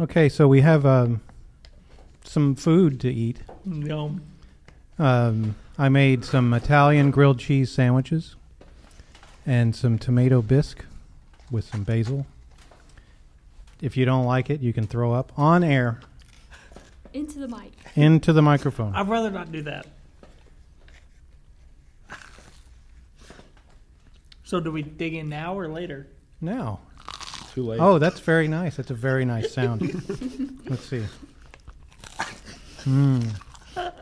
Okay, so we have um, some food to eat. No. Um, I made some Italian grilled cheese sandwiches and some tomato bisque with some basil. If you don't like it, you can throw up on air Into the mic. into the microphone. I'd rather not do that. So do we dig in now or later? Now. Too late. Oh, that's very nice. That's a very nice sound. Let's see. Mm. It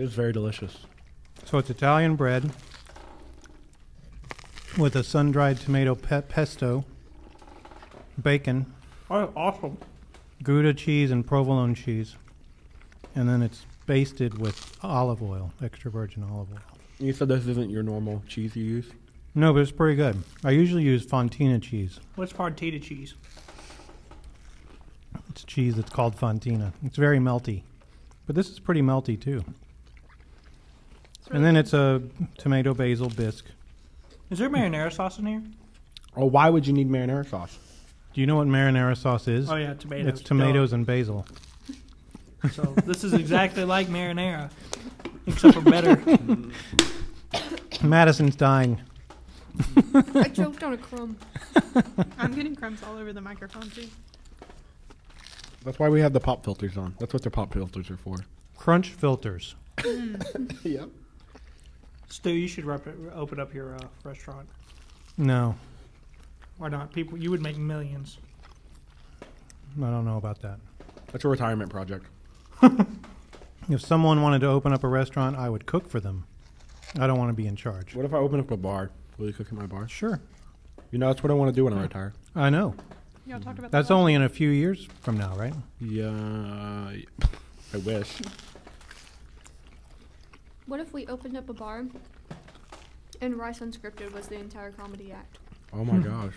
was very delicious. So it's Italian bread with a sun-dried tomato pe- pesto, bacon, Oh, awesome. Gouda cheese and provolone cheese, and then it's basted with olive oil, extra virgin olive oil. You said this isn't your normal cheese you use. No, but it's pretty good. I usually use Fontina cheese. What's partita cheese? It's cheese that's called Fontina. It's very melty, but this is pretty melty too. And then it's a tomato basil bisque. Is there marinara sauce in here? Oh, why would you need marinara sauce? Do you know what marinara sauce is? Oh yeah, tomatoes. It's tomatoes and basil. Duh. So this is exactly like marinara, except for better. Madison's dying. I choked on a crumb. I'm getting crumbs all over the microphone too. That's why we have the pop filters on. That's what their pop filters are for. Crunch filters. yep. Stu, you should rep- open up your uh, restaurant. No, Why not? People, you would make millions. I don't know about that. That's a retirement project. If someone wanted to open up a restaurant, I would cook for them. I don't want to be in charge. What if I open up a bar? Will you cook at my bar? Sure. You know, that's what I want to do when I retire. I know. Y'all talked about That's that last- only in a few years from now, right? Yeah. I wish. What if we opened up a bar and Rice Unscripted was the entire comedy act? Oh my gosh.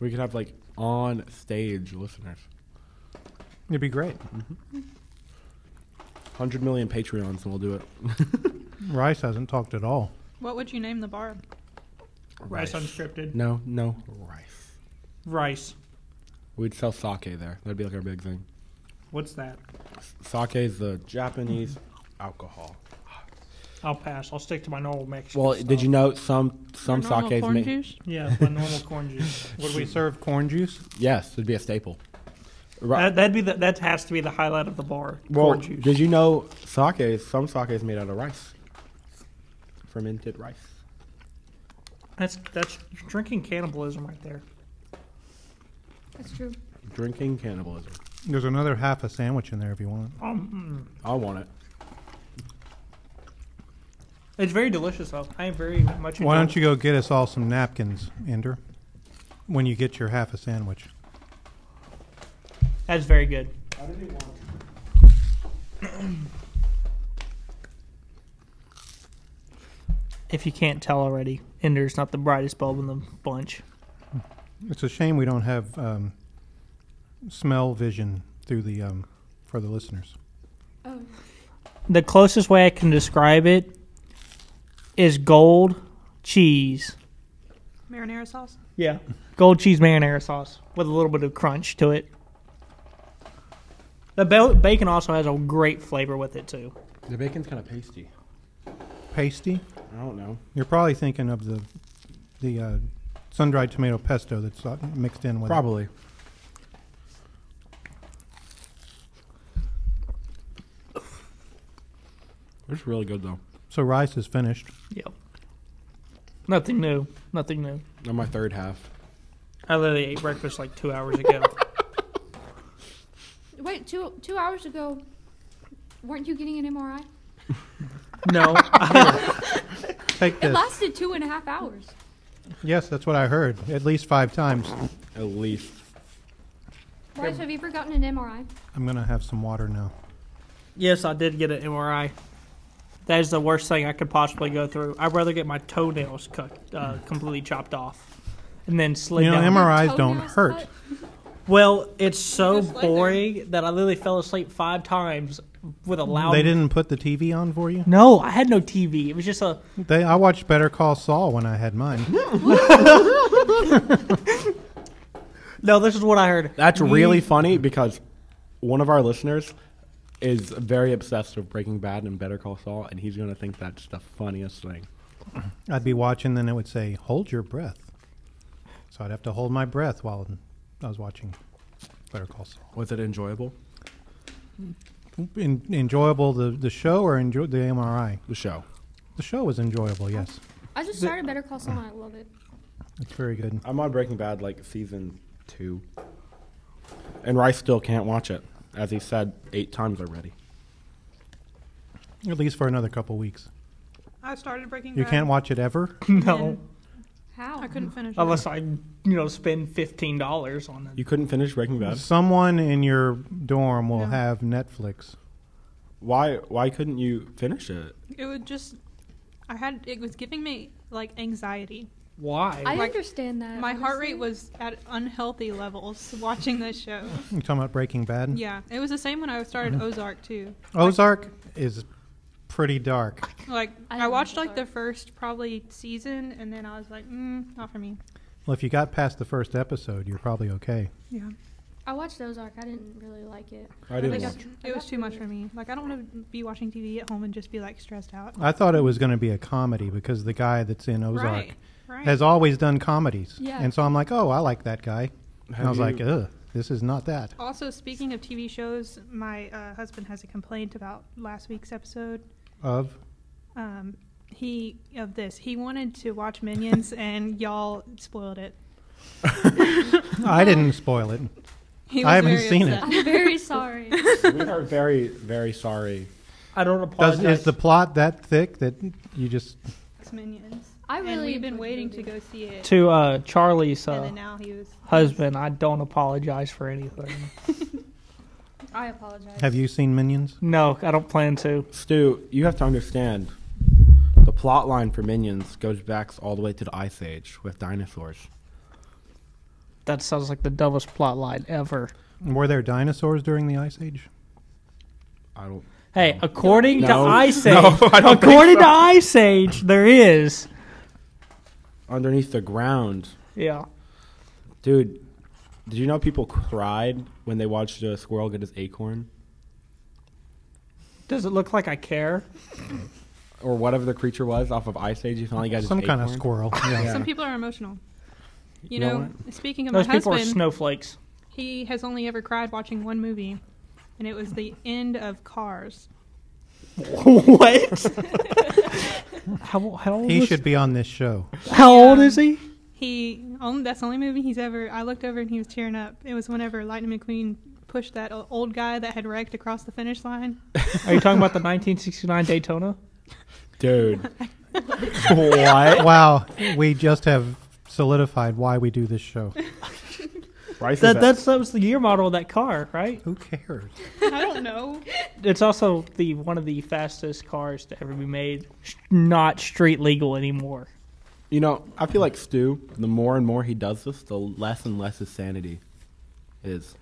We could have like on stage listeners. It'd be great. 100 million Patreons and we'll do it. Rice hasn't talked at all. What would you name the bar? Rice, unscripted. No, no. Rice. Rice. We'd sell sake there. That'd be like our big thing. What's that? Sake is the Japanese alcohol. I'll pass. I'll stick to my normal Mexican. Well, did stuff. you know some some Your normal sake is corn made? juice? Yeah, my normal corn juice. Would we serve corn juice? Yes, it'd be a staple. Right. That, that'd be the, that has to be the highlight of the bar. Well, corn juice. did you know sake? is- Some sake is made out of rice, fermented rice. That's that's drinking cannibalism right there. That's true. Drinking cannibalism. There's another half a sandwich in there if you want. Um, I want it. mm. it's very delicious though. I am very much. Why don't you go get us all some napkins, Ender, when you get your half a sandwich? That's very good. If you can't tell already, Ender's not the brightest bulb in the bunch. It's a shame we don't have um, smell vision through the um, for the listeners. Oh, The closest way I can describe it is gold cheese. Marinara sauce? Yeah. Gold cheese marinara sauce with a little bit of crunch to it. The ba- bacon also has a great flavor with it too. The bacon's kind of pasty. Pasty? I don't know. You're probably thinking of the the uh, sun-dried tomato pesto that's uh, mixed in with. it. Probably. It's really good though. So rice is finished. Yep. Nothing new. Nothing new. On my third half. I literally ate breakfast like two hours ago. wait, two two hours ago, weren't you getting an MRI? no. Take It this. lasted two and a half hours. Yes, that's what I heard. At least five times. At least. Rice, have you ever gotten an MRI? I'm gonna have some water now. Yes, I did get an MRI. That is the worst thing I could possibly go through. I'd rather get my toenails cut, uh, completely chopped off, and then slid You know, down. MRIs don't Toenails hurt. cut? well, it's so Just lay there. boring that I literally fell asleep five times with a loud. They didn't put the TV on for you. No, I had no TV. It was just a. They, I watched Better Call Saul when I had mine. No, this is what I heard. That's really funny because one of our listeners is very obsessed with Breaking Bad and Better Call Saul, and he's going to think that's the funniest thing. I'd be watching, and it would say, "Hold your breath." So I'd have to hold my breath while I was watching Better Call Saul. Was it enjoyable? En- enjoyable the, the show or enjoy the MRI? The show. The show was enjoyable. Yes, I just started Better Call Saul and I love it. it's very good. I'm on Breaking Bad like season two, and Rice still can't watch it, as he said eight times already. At least for another couple weeks. I started Breaking You Bad. can't Oh, watch it ever. No, How? I couldn't finish. it. unless I, you know, spend fifteen dollars on it. You couldn't finish Breaking Bad. Someone in your dorm will No. have Netflix. Why? Why couldn't you finish it? It would just. I had. It was giving me like anxiety. Why? I Like, understand that. My heart rate honestly. was at unhealthy levels watching this show. You talking about Breaking Bad? Yeah, it was the same when I started Ozark too. Ozark is pretty dark. Like I I, love watched like the Ozark. first probably season, and then I was like, mm, not for me. Well, if you got past the first episode, you're probably okay. Yeah, I watched Ozark. I didn't really like it. I like, didn't I- watch. it. it was too much for me. Like I don't want to be watching TV at home and just be like stressed out. I thought it was going to be a comedy because the guy that's in Ozark Right, right. has always done comedies. Yeah. And so I'm like, oh, I like that guy. and Have I was you- like, ugh, this is not that. also, speaking of TV shows, my uh, husband has a complaint about last week's episode. Of Um, he of this he wanted to watch Minions, and y'all spoiled it. I didn't spoil it. He I haven't very seen it. upset. I'm very sorry. we are very, very sorry. I don't apologize. Does, is the plot that thick that you just It's Minions. I And really we've been enjoyed the waiting to movie. go see it. to uh, Charlie's and uh, then now he was husband? I don't apologize for anything. I apologize. have you seen Minions? No, I don't plan to. Stu, you have to understand. The plot line for Minions goes back all the way to the Ice Age with dinosaurs. That sounds like the dumbest plot line ever. Were there dinosaurs during the Ice Age? I don't. Hey, according No. to Ice Age, No, I don't think according so. to Ice Age, there is. Underneath the ground, Yeah. dude. Did you know people cried when they watched a squirrel get his acorn Does it look like I care? or whatever the creature was off of Ice Age? He finally got his Some kind of acorn? squirrel. Yeah. Yeah. Some people are emotional. You You know know, speaking of Those my people husband, are snowflakes. he has only ever cried watching one movie, and it was the end of Cars. what? how, how old He is, should be on this show. How old Yeah. is he? He only, that's the only movie he's ever. I looked over and he was tearing up. It was whenever Lightning McQueen pushed that o- old guy that had wrecked across the finish line. Are you talking about the 1969 Daytona? Dude. what? Wow, we just have solidified why we do this show. Rice That is that's that was the year model of that car, right? Who cares? I don't know. It's also the one of the fastest cars to ever be made, sh- not street legal anymore. you know, I feel like Stu, the more and more he does this, the less and less his sanity is.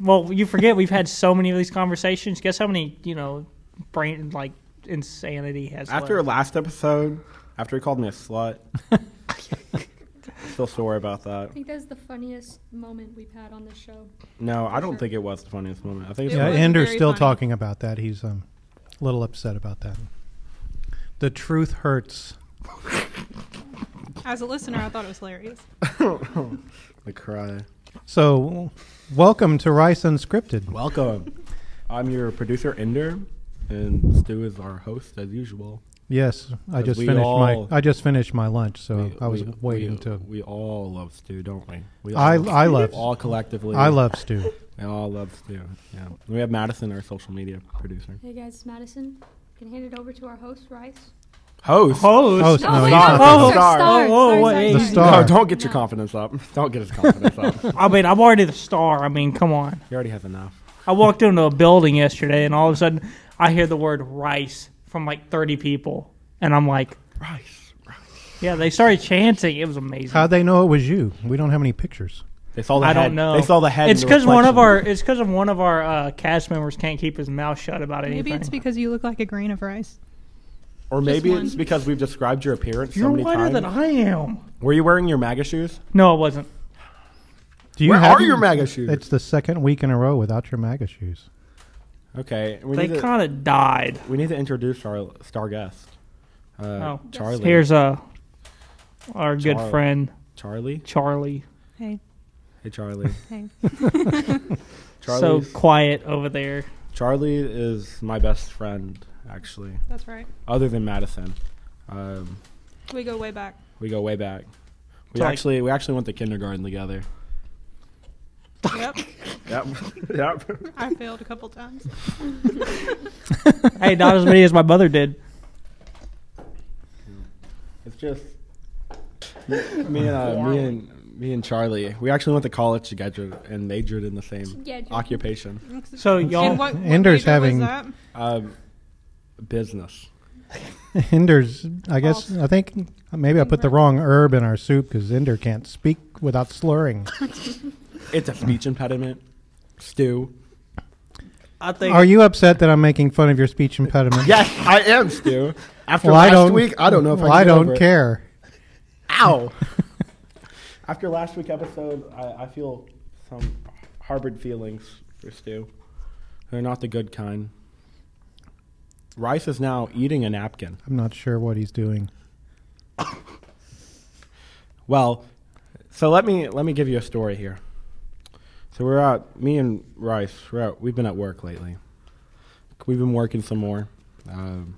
Well, you forget we've had so many of these conversations. Guess how many you know, brain like insanity has After left. last episode, after he called me a slut, still sorry about that. I think that's the funniest moment we've had on this show. No, I don't Sure. think it was the funniest moment. I think it's It Yeah, yeah, was Ender's very still funny. talking about that. He's um, a little upset about that. The truth hurts. As a listener, I thought it was hilarious. the cry. So, welcome to Rice Unscripted. Welcome. I'm your producer Ender, and Stu is our host as usual. Yes, I As just we finished my all- I just finished my lunch, so We- Oh, I was we- waiting we- to. We all love Stu, don't we? we all, I I love all collectively. I love Stu. We all love Stu. Yeah. We have Madison, our social media producer. Hey guys, it's Madison. Can hand it over to our host, Rice. Host. Host. Host. No, wait, not no, host. star. Oh, oh, Sorry, wait. sorry, The sorry. star. No, don't get your No. confidence up. Don't get his confidence up. I mean, I'm already the star. I mean, come on. He already has enough. I walked into a building yesterday, and all of a sudden, I hear the word rice from like 30 people, and I'm like, Rice. yeah, they started chanting. It was amazing. How'd they know it was you? We don't have any pictures. They saw the I head. don't know. They saw the head. It's because because one of our it's because of one of our uh, cast members can't keep his mouth shut about anything. Maybe it's because you look like a grain of rice. Or maybe Just it's one. because we've described your appearance you're so many whiter times. than I am. Were you wearing your MAGA shoes? No, it wasn't. Do you Where have are your MAGA shoes? It's the second week in a row without your MAGA shoes. Okay, we they need, to, kind of died. we need to introduce our star guest. Uh, Oh. Charlie. Here's uh, our Charlie. good friend Charlie. Charlie. Hey, Hey, Charlie. hey. Charlie's, So quiet over there. Charlie is my best friend, actually, That's right. other than Madison. Um, We go way back. we go way back. We Charlie- actually we actually went to kindergarten together. Yep. Yep. yep. I failed a couple times. hey, not as many as my mother did. It's just me and uh, me and me and Charlie. We actually went to college together and majored in the same Yeah, Jordan. occupation, So And y'all, what, what Ender's major having- was that? um, business. Ender's, I guess, I think maybe I put the wrong herb in our soup because Ender can't speak without slurring. It's a speech impediment. Stu. I think Are you upset that I'm making fun of your speech impediment? Yes, I am, Stu. After Well, I last don't- week, I don't know if Well, I, I can get don't over it. care. Ow! After last week episode, I, I feel some harbored feelings for Stu. They're not the good kind. Rice is now eating a napkin. I'm not sure what he's doing. Well, so let me let me give you a story here. So we're out. Me and Rice, we're out. We've been at work lately. We've been working some more. Um,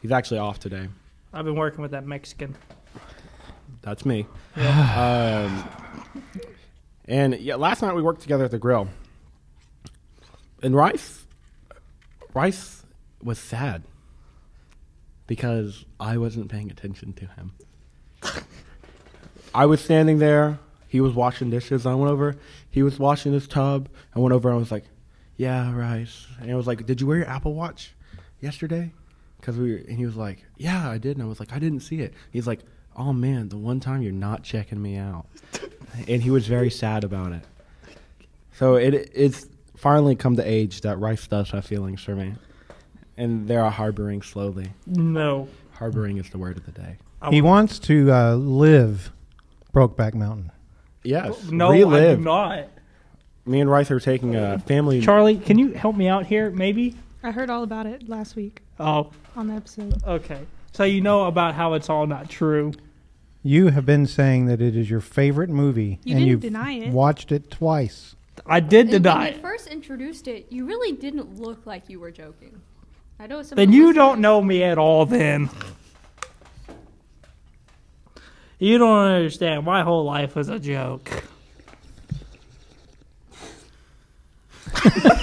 he's actually off today. I've been working with that Mexican. That's me. um, and yeah, last night we worked together at the grill. And Rice, Rice was sad because I wasn't paying attention to him. I was standing there. He was washing dishes. I went over. He was washing his tub. I went over and I was like, "Yeah, Rice." And I was like, "Did you wear your Apple Watch yesterday?" Because we were, and he was like, "Yeah, I did." And I was like, "I didn't see it." He's like, "Oh man, the one time you're not checking me out," and he was very sad about it. So it it's finally come to age that Rice does have feelings for me, and they are harboring slowly. No, Harboring is the word of the day. I He won't- wants to uh, live Brokeback Mountain. Yes, no, I relive. do not. Me and Rice are taking a family. Charlie, can you help me out here, maybe? I heard all about it last week Oh, on the episode. okay. So you know about how it's all not true. You have been saying that it is your favorite movie, You and didn't you've deny it. watched it twice. I did And deny When you it. first introduced it, you really didn't look like you were joking. I know some. Then of the you listeners- don't know me at all. Then you don't understand. My whole life was a joke.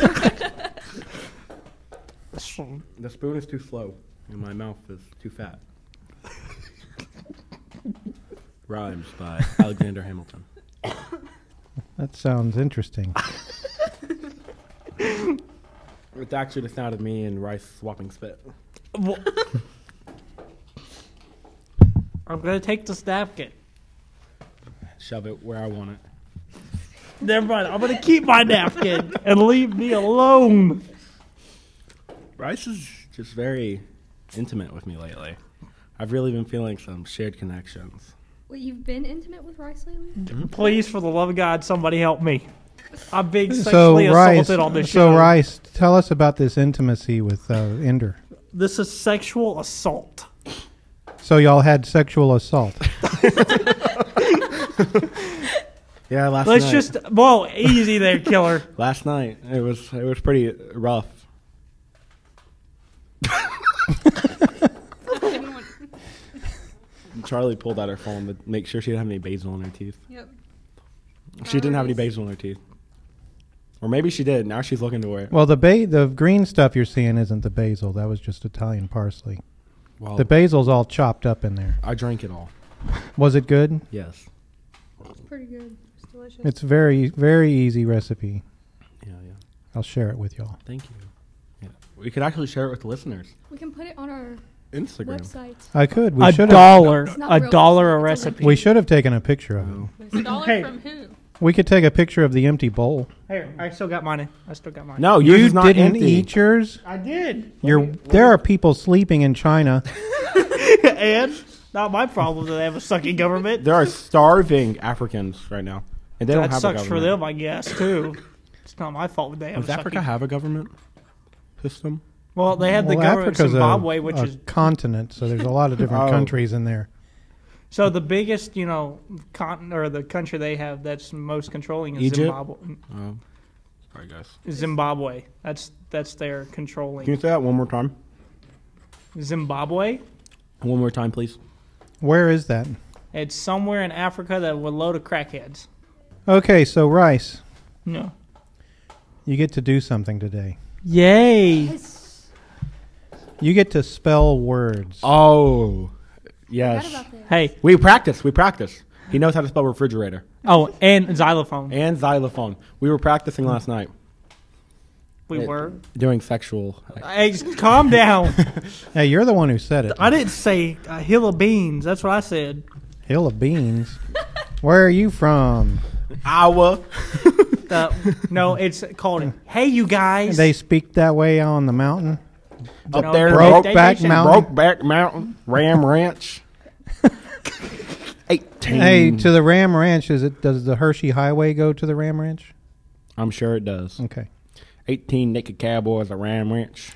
The spoon is too slow, and my mouth is too fat. Rhymes by Alexander Hamilton. That sounds interesting. It's actually the sound of me and Rice swapping spit. Wha- I'm gonna take this napkin. Shove it where I want it. Never mind. I'm gonna keep my napkin and leave me alone. Rice is just very intimate with me lately. I've really been feeling some shared connections. Wait, you've been intimate with Rice lately? Please, for the love of God, somebody help me. I'm being so sexually Rice, assaulted on this so show. Rice, tell us about this intimacy with uh, Ender. This is sexual assault. So y'all had sexual assault. Yeah, last Let's night. just whoa, easy there, killer. last night it was it was pretty rough. Didn't want- Charlie pulled out her phone to make sure she didn't have any basil in her teeth. yep. She didn't have any basil in her teeth. Or maybe she did. Now she's looking to wear it. Well, the ba- the green stuff you're seeing isn't the basil. That was just Italian parsley. Well, Oh. The basil's all chopped up in there. I drank it all. Was it good? Yes. It's pretty good. It's delicious. It's very very easy recipe. Yeah, yeah. I'll share it with y'all. Thank you. Yeah. We could actually share it with the listeners. We can put it on our Instagram. website. I could. We a should have. dollar, It's not a real. dollar a It's a recipe. We should have taken a picture of it. It's a dollar Hey. from who? We could take a picture of the empty bowl. Here, I still got mine. I still got mine. No, yours You is not didn't empty. eat yours. I did. You're, there are people sleeping in China. and not my problem that they have a sucky government. There are starving Africans right now. And they don't that have sucks a for government. them, I guess, too. It's not my fault they have Does a Africa sucky- have a government system? Well, they had the well, government of Africa's a- Zimbabwe, which a is continent, so there's a lot of different Oh. countries in there. so the biggest, you know, continent or the country they have that's most controlling is Egypt? Zimbabwe. Um, sorry, guys. Zimbabwe. That's that's their Can you controlling. say that one more time? Zimbabwe. One more time, please. Where is that? It's somewhere in Africa that would load of crackheads. Okay, so Rice, No. you get to do something today. Yay! You get to spell words. Oh, Forgot yes. about that. Hey. We practice. We practice. He knows how to spell refrigerator Oh, and xylophone. and xylophone. We were practicing last night We were. doing sexual. Hey, calm down. Hey, you're the one who said it. I didn't say a hill of beans. That's what I said. Hill of beans. Where are you from? Iowa. Uh, no, it's called Hey You Guys. They speak that way on the mountain. Up No, there, they- Broke they- they back should- mountain. Brokeback Mountain, Ram Ranch. 18. Hey, Mm. to the Ram Ranch. Is it? Does the Hershey Highway go to the Ram Ranch? I'm sure it does. Okay. 18 naked cowboys at Ram Ranch.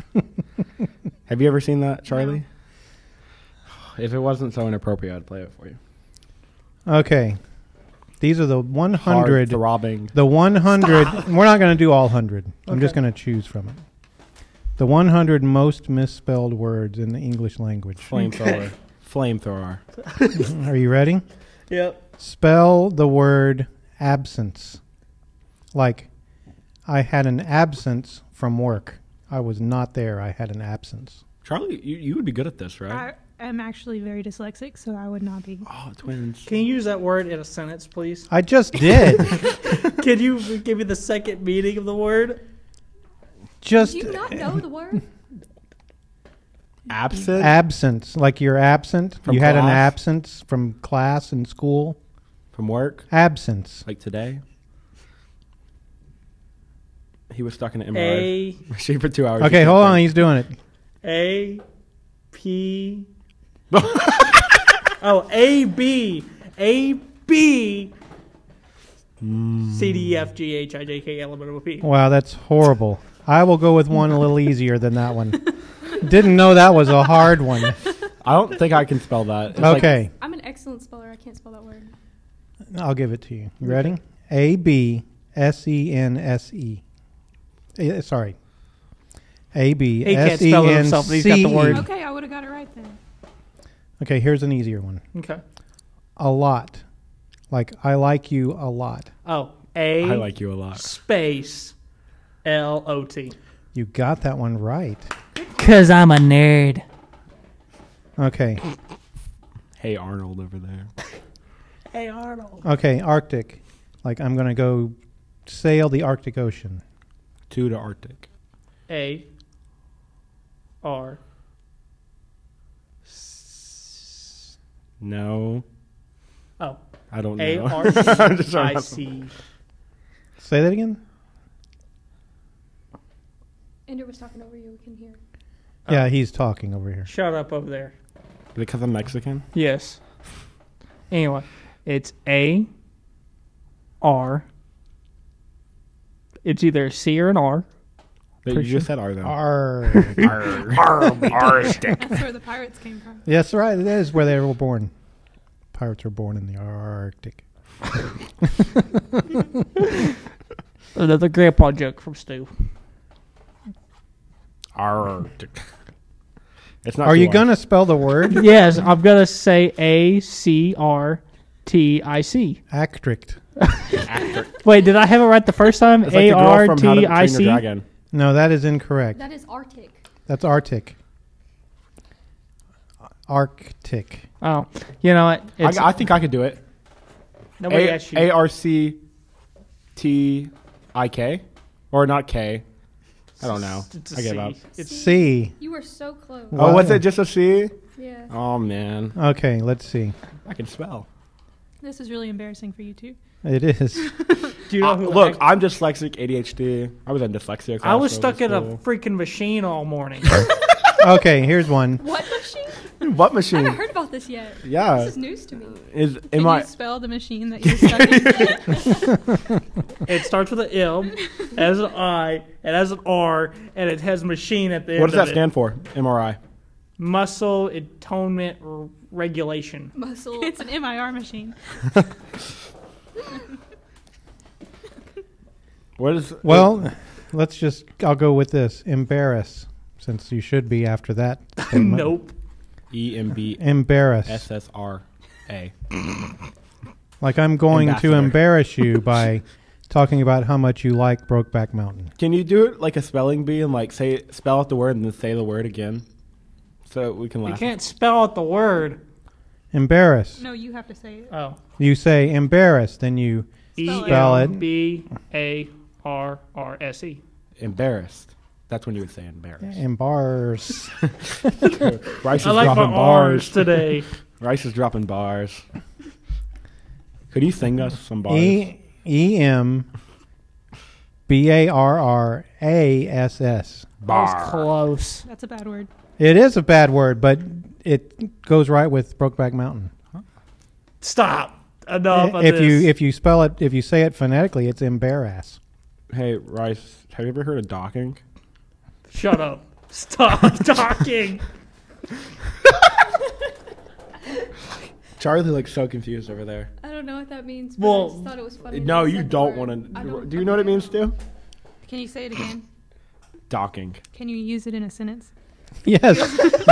Have you ever seen that, Charlie? If it wasn't so inappropriate, I'd play it for you. Okay. These are the 100. Hard throbbing. The 100. We're not going to do all 100. I'm just Okay. going to choose from it. The 100 most misspelled words in the English language. Flamethrower. Flamethrower. Are you ready? Yep. Spell the word absence. Like, I had an absence from work. I was not there. I had an absence. Charlie, you, you would be good at this, right? I am actually very dyslexic, so I would not be. oh, twins. Can you use that word in a sentence, please? I just did. Can you give me the second meaning of the word? just Did you not know the word? Absent. absence. Like, you're absent. From you had an class? absence from class and school. From work, Absence. like today. He was stuck in an A MRI machine for two hours. Okay, hold on. He's doing it. A P. oh, A B A B C D E F G H I J K L M N O P. Wow, that's horrible. I will go with one a little easier than that one. Didn't know that was a hard one. I don't think I can spell that. It's like- Okay, I'm an excellent speller. I can't spell that word. I'll give it to you. You ready? A B S E N S E. Eh, Sorry. A B He can't S E spell it N himself, but he's got C the E. word. Okay, I would have got it right then. Okay, here's an easier one. Okay. A lot. Like I like you a lot. Oh, A I like you a lot. space L O T. You got that one right. Cause I'm a nerd. Okay. Hey, Arnold over there. Hey Arnold. Okay, Arctic. Like I'm going to go sail the Arctic Ocean. Two to Arctic. A R S- No, Oh, I don't A know. R I'm just trying I to- C. Say that again? Ender was talking over you. We can hear. Uh, Yeah, he's talking over here. Shut up over there. Because I'm Mexican. Yes. Anyway, it's A R. It's either a C or an R. But you just said R though. Arr. That's where the pirates came from. That's right. That is where they were born. Pirates were born in the Arctic. Another grandpa joke from Stu. Arctic. It's not. Are too you hard. gonna spell the word yes, I'm gonna say A C R T I C. Actrict? Wait, did I have it right the first time? It's like A the girl R from How to T Train I Your C. Dragon. No, that is incorrect. That is Arctic. That's Arctic. Arctic. Oh, you know what? I, It's, I think I could do it. nobody A asked you. A R C T I K, or not K. I don't know. It's a I give C. up. It's C. You were so close. Wow. Oh, was it just a C? Yeah. Oh man, Okay, let's see. I can spell. This is really embarrassing for you two. It is. Do you know Uh, who look, I, I'm dyslexic, ADHD. I was in dyslexia. I was class stuck over in a school. freaking machine all morning. Okay, here's one. What machine? What I haven't machine? heard about this yet. This Yeah. is news to me. Is Can am I? you spell the machine that you're stuck in? It starts with an M, as an I, it has an R, and it has machine at the end. What does that of it. stand for? MRI. Muscle atonement r- regulation. Muscle. It's an MIR machine. What is? Well, let's just. I'll go with this. Embarrass, since you should be after that. statement. Nope. E M B Embarrass. S S R A. Like I'm going Ambassador. to embarrass you by talking about how much you like Brokeback Mountain. Can you do it like a spelling bee and like say spell out the word and then say the word again, so we can You laugh? can't spell out the word. Embarrass. No, you have to say it. Oh. You say embarrass, then you E Spell it. M B A R R S E. Embarrassed. That's when you would say embarrassed. embarrass. Rice is I like my dropping R's bars. today. Rice is dropping bars. Could you sing us some bars? E E M B A R R A S S. That was close. That's a bad word. It is a bad word, but it goes right with Brokeback Mountain. Stop. Enough of if this. you if you spell it if you say it phonetically, it's embarrass. Hey, Rice, have you ever heard of docking? Shut up. Stop talking. Charlie looks so confused over there. I don't know what that means. But Well, I just thought it was funny. No, you don't want to. Do you know what it means, Stu? Can you say it again? Docking. Can you use it in a sentence? Yes.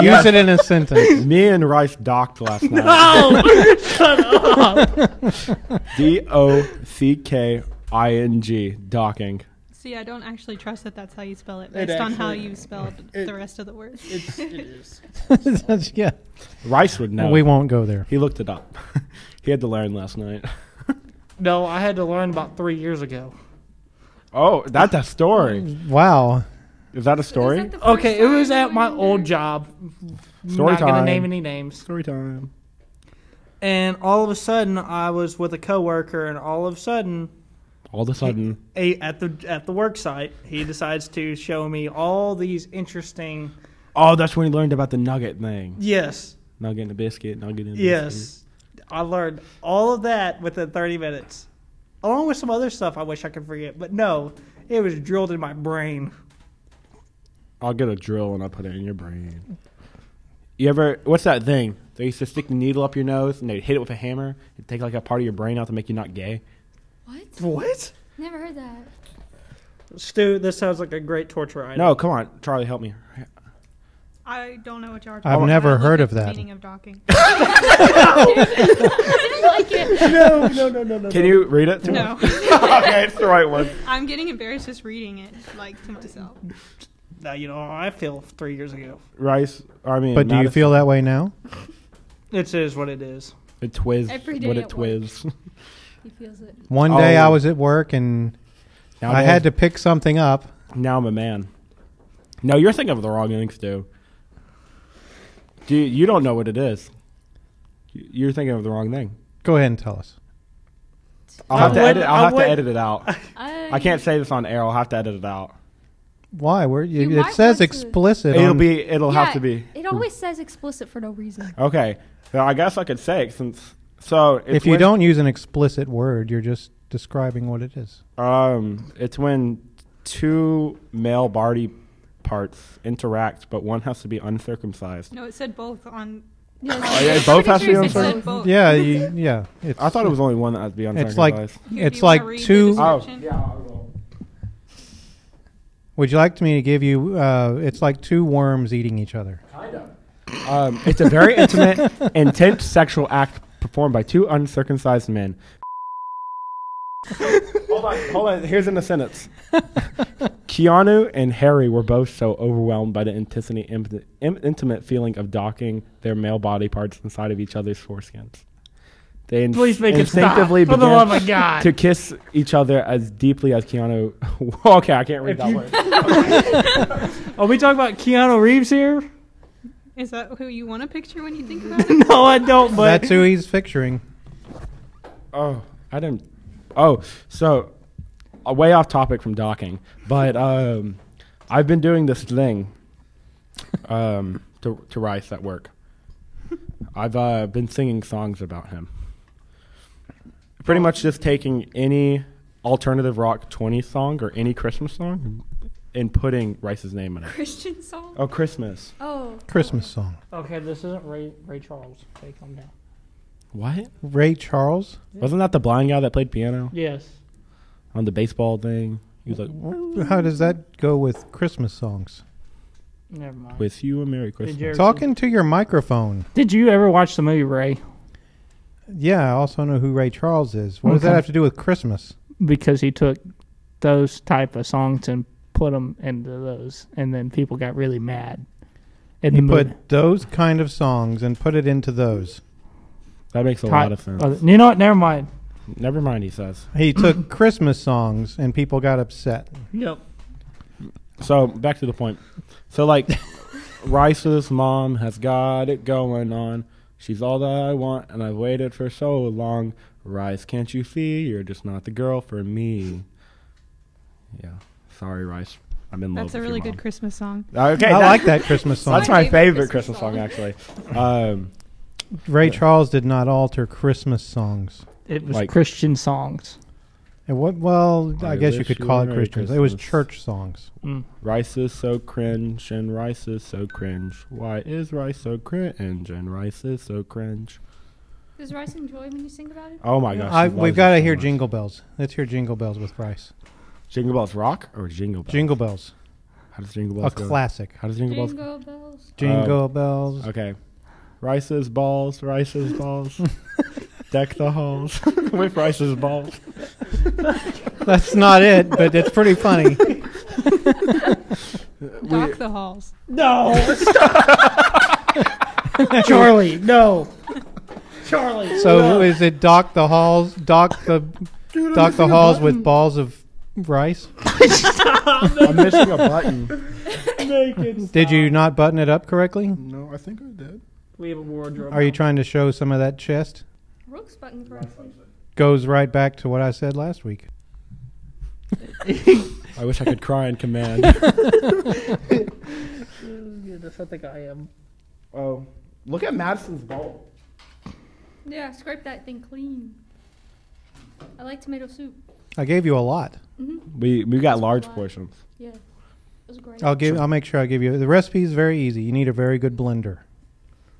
Use it in a sentence. Me and Rice docked last night. Oh, shut up. D O C K I N G. Docking. See, I don't actually trust that that's how you spell it, It based on how actually- you spelled the rest of the words. It's, it is. That's- yeah. Rice would know. We won't go there. he looked it up. he had to learn last night. No, I had to learn about three years ago. Oh, that's a story. Wow. Is that a story? Okay, it was at my old job. Story Not gonna time. name any names. Story time. And all of a sudden, I was with a coworker, and all of a sudden, All of a sudden, a, at the at the work site, he decides to show me all these interesting. oh, that's when he learned about the nugget thing. Yes, Nugget and a biscuit. Nugget and a biscuit. yes, I learned all of that within 30 minutes, along with some other stuff I wish I could forget. But no, it was drilled in my brain. I'll get a drill and I'll put it in your brain. You ever? What's that thing? They used to stick the needle up your nose and they'd hit it with a hammer. It'd take like a part of your brain out to make you not gay. What? What? Never heard that. Stu, this sounds like a great torture item. No, come on, Charlie, help me. I don't know what you are I've about. never I looked heard up of the that. Meaning of docking. no, no, no, no, no. Can you read it? To no, okay, it's the right one. I'm getting embarrassed just reading it, like to myself. Now you know how I feel three years ago. Rice. Or, I mean, But do you Madison. feel that way now? It is what it is. It twiz. Every day what at it work. twiz. He feels it. One day I Oh. was at work and Now I had to pick something up. Now I'm a man. No, you're thinking of the wrong things, dude. Do you, you don't know what it is? You- You're thinking of the wrong thing. Go ahead and tell us. I'll I have to would- edit. I'll I have would- to edit it out. I, I can't say this on air. I'll have to edit it out. Why? Where You you, it might says want to- explicit. It'll on- be. It'll have to be. Oh, It always says explicit for no reason. Okay. So I guess I could say it since. So it's If you when- don't use an explicit word, you're just describing what it is. um, it's when two male body parts interact, but one has to be uncircumcised. No, it said both on. Oh, yeah, both has to be It uncircumcised. said both. Yeah, you, yeah. It's, I thought it was only one that has to be uncircumcised. It's like Here, do it's you wanna like read the two. description? oh Section. yeah. I will. Would you like me to give you? Uh, it's like two worms eating each other. Um, it's a very intimate, intense sexual act performed by two uncircumcised men. hold on, hold on. Here's in a sentence. Keanu and Harry were both so overwhelmed by the intensity, im- im- intimate feeling of docking their male body parts inside of each other's foreskins. They ins- Please make it stop. instinctively For the began love of God. to kiss each other as deeply as Keanu. okay, I can't read that word. Are we talking about Keanu Reeves here? Is that who you want to picture when you think about it? No, I don't. But That's who he's picturing. Oh, I didn't. Oh, so uh, way off topic from docking, but um, I've been doing this thing um, to to rice at work, I've uh, been singing songs about him. Pretty much just taking any alternative rock 20 song or any Christmas song and putting Rice's name in it. Christian song? Oh, Christmas. Oh. Christmas song. Okay, this isn't Ray Ray Charles. Okay, calm down. What? Ray Charles. Wasn't that the blind guy that played piano Yes. on the baseball thing? He was like, How does that go with Christmas songs? Never mind. with you a Merry Did you- Christmas. Talking to your microphone. Did you ever watch the movie Ray? Yeah, I also know who Ray Charles is. What does that Okay. have to do with Christmas? Because he took those type of songs and put them into those, and then people got really mad. In He the movie. put those kind of songs and put it into those. That makes a Ty- lot of sense. uh, you know what? Never mind. Never mind, he says. He took Christmas songs and people got upset. Yep. So back to the point. So like, Rice's mom has got it going on. She's all that I want, and I've waited for so long. Rice, can't you see? You're just not the girl for me. Yeah, sorry, Rice. I'm in love. That's a with your really good mom. Christmas song. Okay, I that- like that Christmas song. That's my favorite Christmas song, actually. Um, Ray Charles did not alter Christmas songs. It was Like- Christian songs. And what? Well, I, I guess you wish could you call a it Merry Christians. It was Christmas. church songs. rice is so cringe, and rice is so cringe. Why is rice so cringe, and rice is so cringe? Does Rice enjoy when you sing about it? Oh my gosh! I, she we've loves got it to so hear much. Jingle Bells. Let's hear Jingle Bells with Rice. Jingle Bells Rock or Jingle Bells? Jingle Bells, How does Jingle a Bells go? Uh, classic. How does Jingle Bells go? Jingle bells. Jingle Bells. Okay. Rice's balls, Rice's balls. Deck the halls with Rice's balls. That's not it, but it's pretty funny. Dock the halls. No. Charlie, no. Charlie. So is it Dock the Halls? Dock the Dock the Halls with balls of rice? I'm missing a button. Did you not button it up correctly? No, I think I did. We have a wardrobe. Are you trying to show some of that chest? Rook's button correctly. Goes right back to what I said last week. I wish I could cry in command. I think I am. Oh, look at Madison's bowl. Yeah, scrape that thing clean. I like tomato soup. I gave you a lot. we we got large Why? portions. Yeah. It was great. I'll give. I'll make sure I give you. The recipe is very easy. You need a very good blender.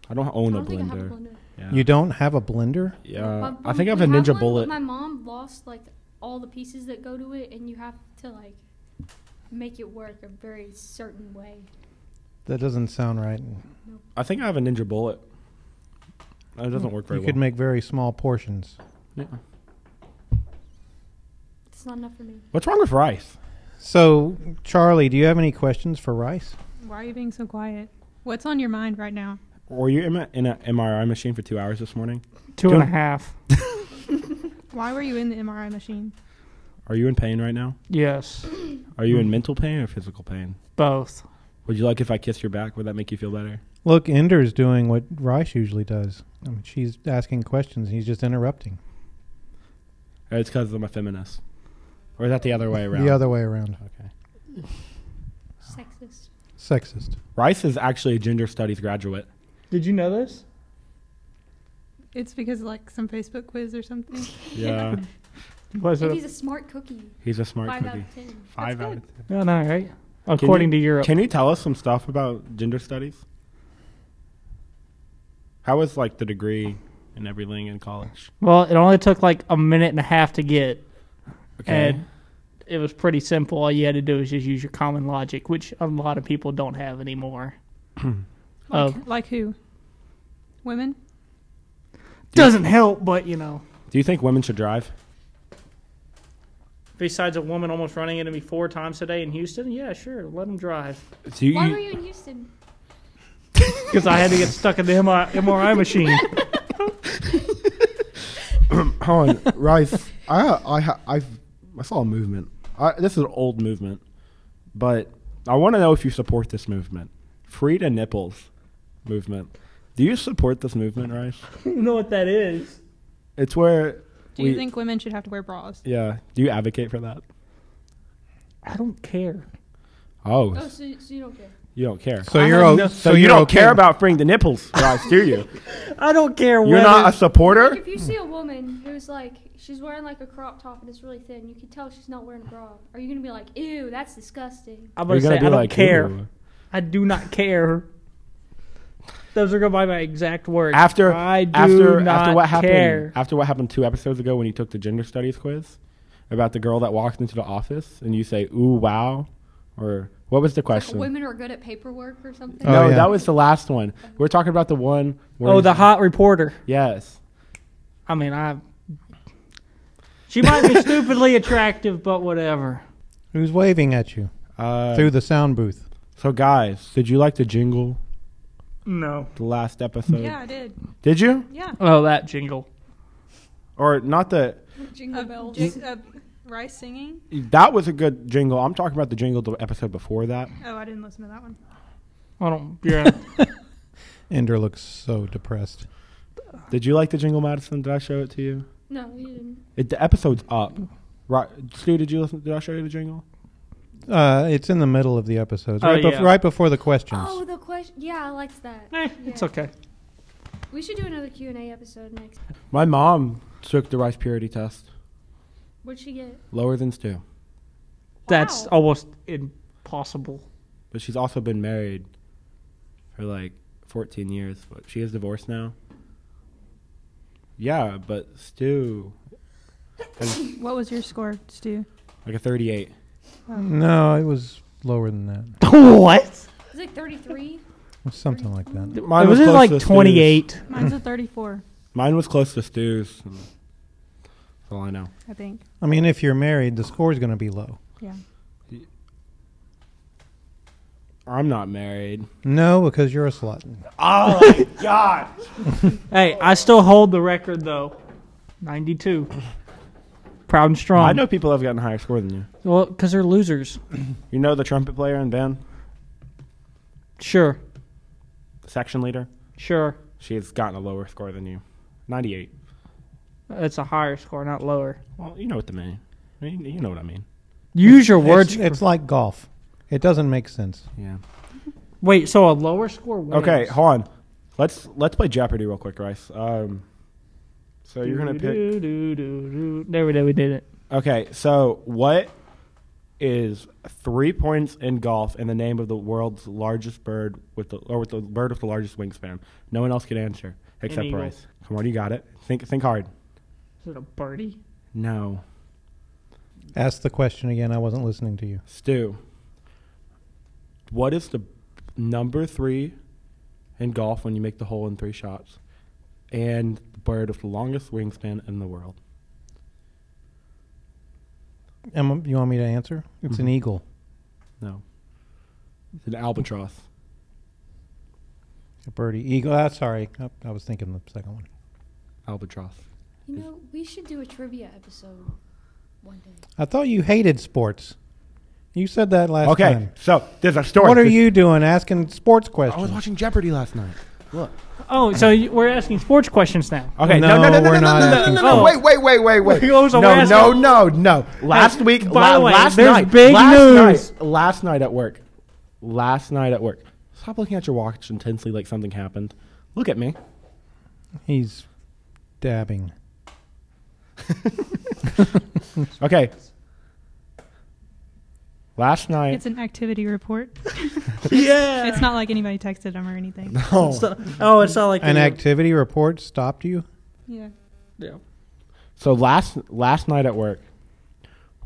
I don't I own a don't think I have a blender. blender. Yeah. You don't have a blender? yeah. My I mom- think I have a we Ninja one, but Bullet. My mom lost like all the pieces that go to it, and you have to like make it work a very certain way. That doesn't sound right. I think I have a Ninja Bullet. It doesn't work very you could well. make very small portions. It's not enough for me. What's wrong with rice? So, Charlie, do you have any questions for Rice? Why are you being so quiet? What's on your mind right now? Were you in a, in a MRI machine for two hours this morning? Two and a half. Why were you in the MRI machine? Are you in pain right now? Yes. Are you in mental pain or physical pain? Both. Would you like if I kissed your back? Would that make you feel better? Look, Ender's doing what Rice usually does. I mean, she's asking questions, and he's just interrupting. Or it's because I'm a feminist. Or is that the other way around? The other way around. Okay. Sexist. Sexist. Rice is actually a gender studies graduate. Did you know this? It's because like some Facebook quiz or something. Yeah. Was And it? he's a smart cookie. He's a smart Five out cookie. of ten. Five That's out of No, no, right? According to Europe. Can you tell us some stuff about gender studies? How is like the degree and everything in college? well, it only took like a minute and a half to get. And it was pretty simple. All you had to do was just use your common logic, which a lot of people don't have anymore. Like, Um, Of- like who? Women? Doesn't help, but you know. Do you think women should drive? Besides a woman almost running into me four times today in Houston, yeah, sure, let them drive. Do you, Why were you in Houston? Because I had to get stuck in the MRI, MRI machine. Hold on, Rice. I I ha- I've, I saw a movement. I, this is an old movement, but I want to know if you support this movement, free to nipples movement. Do you support this movement, Rice? you know what that is? It's where Do you we- think women should have to wear bras? yeah. Do you advocate for that? I don't care. Oh, Oh, so, so you don't care. You don't care. So you're o- So, so you you're don't okay. care about freeing the nipples, Rice, do you? I don't care You're whether not a supporter? If you see a woman who's like, she's wearing like a crop top and it's really thin, you can tell she's not wearing a bra. Are you gonna be like, ew, that's disgusting? I'm You're gonna say gonna I be don't like, care. "Ooh." I do not care. Those are gonna be my exact words. After I do after not after what happened care. after what happened two episodes ago when you took the gender studies quiz about the girl that walked into the office and you say, Ooh wow or what was the Like, question? women are good at paperwork or something. Oh, no, yeah. that was the last one. We're talking about the one where Oh, you- the hot reporter. Yes. I mean, I. She might be stupidly attractive, but whatever. Who's waving at you Uh, through the sound booth? so guys, did you like the jingle No. the last episode? Yeah, I did. Did you? Yeah. Oh, that jingle. Or not the Jingle Of bells. just, uh, rice singing. that was a good jingle. I'm talking about the jingle the episode before that. Oh, I didn't listen to that one. I don't. Yeah. Ender looks so depressed. Did you like the jingle, Madison? Did I show it to you? No, you didn't. It, the episode's up. Right, Stu? Did you listen? Did I show you the jingle? Uh, it's in the middle of the episodes, Oh, right, bef- yeah. right before the questions. Oh, the question. Yeah, I liked that. Eh, It's Yeah. okay. We should do another Q and A episode next. My mom took the rice purity test, What'd she get? lower than Stu, That's Wow. almost impossible. but she's also been married for like 14 years. But she is divorced now. Yeah, but Stu, What was your score, Stu? like a 38. No, it was lower than that, what? It's like 33. something like that. Mine it was, close to like Stu's. 28. Mine's a 34, Mine was close to Stu's. and That's all I know. I think. I mean, if you're married, the score's going to be low. Yeah. I'm not married. No, because you're a slut. Oh my god! Hey, I still hold the record though. 92. Proud and strong. I know people have gotten higher score than you. Well, because they're losers. You know the trumpet player in band, Sure. the section leader. Sure. She has gotten a lower score than you, 98. That's a higher score, not lower. Well, you know what the mean. I mean, You know what I mean. Use your It's, words. it's like golf. It doesn't make sense. Yeah. Wait, so a lower score wins. Okay, hold on. Let's let's play Jeopardy real quick, Rice. Um, so you're gonna pick. Do, do, do, do. There we go. We did it. Okay, so what is three points in golf and the name of the world's largest bird with the or with the bird with the largest wingspan? No one else can answer except eagle. Rice. Come on, you got it. Think think hard. Is it a birdie? No, Ask the question again. I wasn't listening to you. Stu. What is the number three in golf when you make the hole in three shots, and the bird with the longest wingspan in the world? Em, you want me to answer? It's Mm-hmm. an eagle. No, it's an albatross. A birdie. Eagle. Ah, sorry. I, I was thinking the second one. Albatross. You know, we should do a trivia episode one day. I thought you hated sports. You said that last okay, time. so there's a story. What are This- you doing asking sports I was questions? watching Jeopardy last night. Look. Oh, so you, we're asking sports questions now. Okay, No, no, no, no, no, we're no, not no, no, no, asking no, for- no, wait, wait, wait, wait, wait. He goes No, away. no, no, no. Last week, by la- the way, last there's night, big last news. night, last night at work, last night at work. Stop looking at your watch intensely like something happened. Look at me. He's dabbing. Okay. Last night. It's an activity report. Yeah. It's not like anybody texted him or anything. Oh. It's not- oh, it's not like An you- activity report stopped you? Yeah. Yeah. So last last night at work,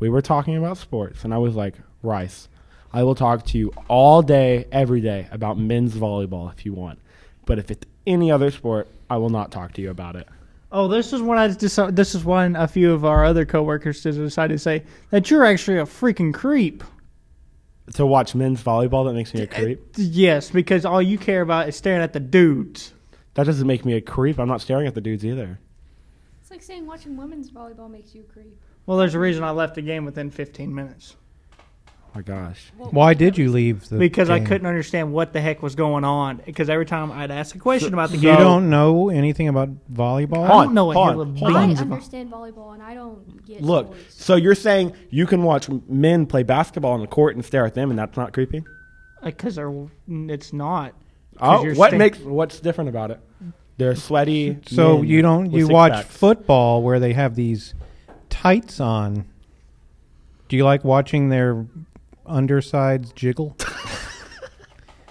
we were talking about sports, and I was like, Rice, I will talk to you all day, every day about men's volleyball if you want, but if it's any other sport, I will not talk to you about it. Oh, this is when I decided. This is when a few of our other coworkers just decided to say that you're actually a freaking creep. To watch men's volleyball, that makes me a creep. Yes, because all you care about is staring at the dudes. That doesn't make me a creep. I'm not staring at the dudes either. It's like saying watching women's volleyball makes you creep. Well, there's a reason I left the game within 15 minutes Oh my gosh. Why did you leave the because I game? couldn't understand what the heck was going on. Because every time I'd ask a question about the You game, don't know anything about volleyball? I don't know what Hold hell on, the hold I beans about. understand volleyball and I don't get Look, sports. so you're saying you can watch men play basketball on the court and stare at them, and that's not creepy? because Uh, they're mm, it's not. 'Cause Oh, you're what stink- makes what's different about it? They're sweaty. So men you don't with you six watch packs. football where they have these tights on. Do you like watching their undersides jiggle?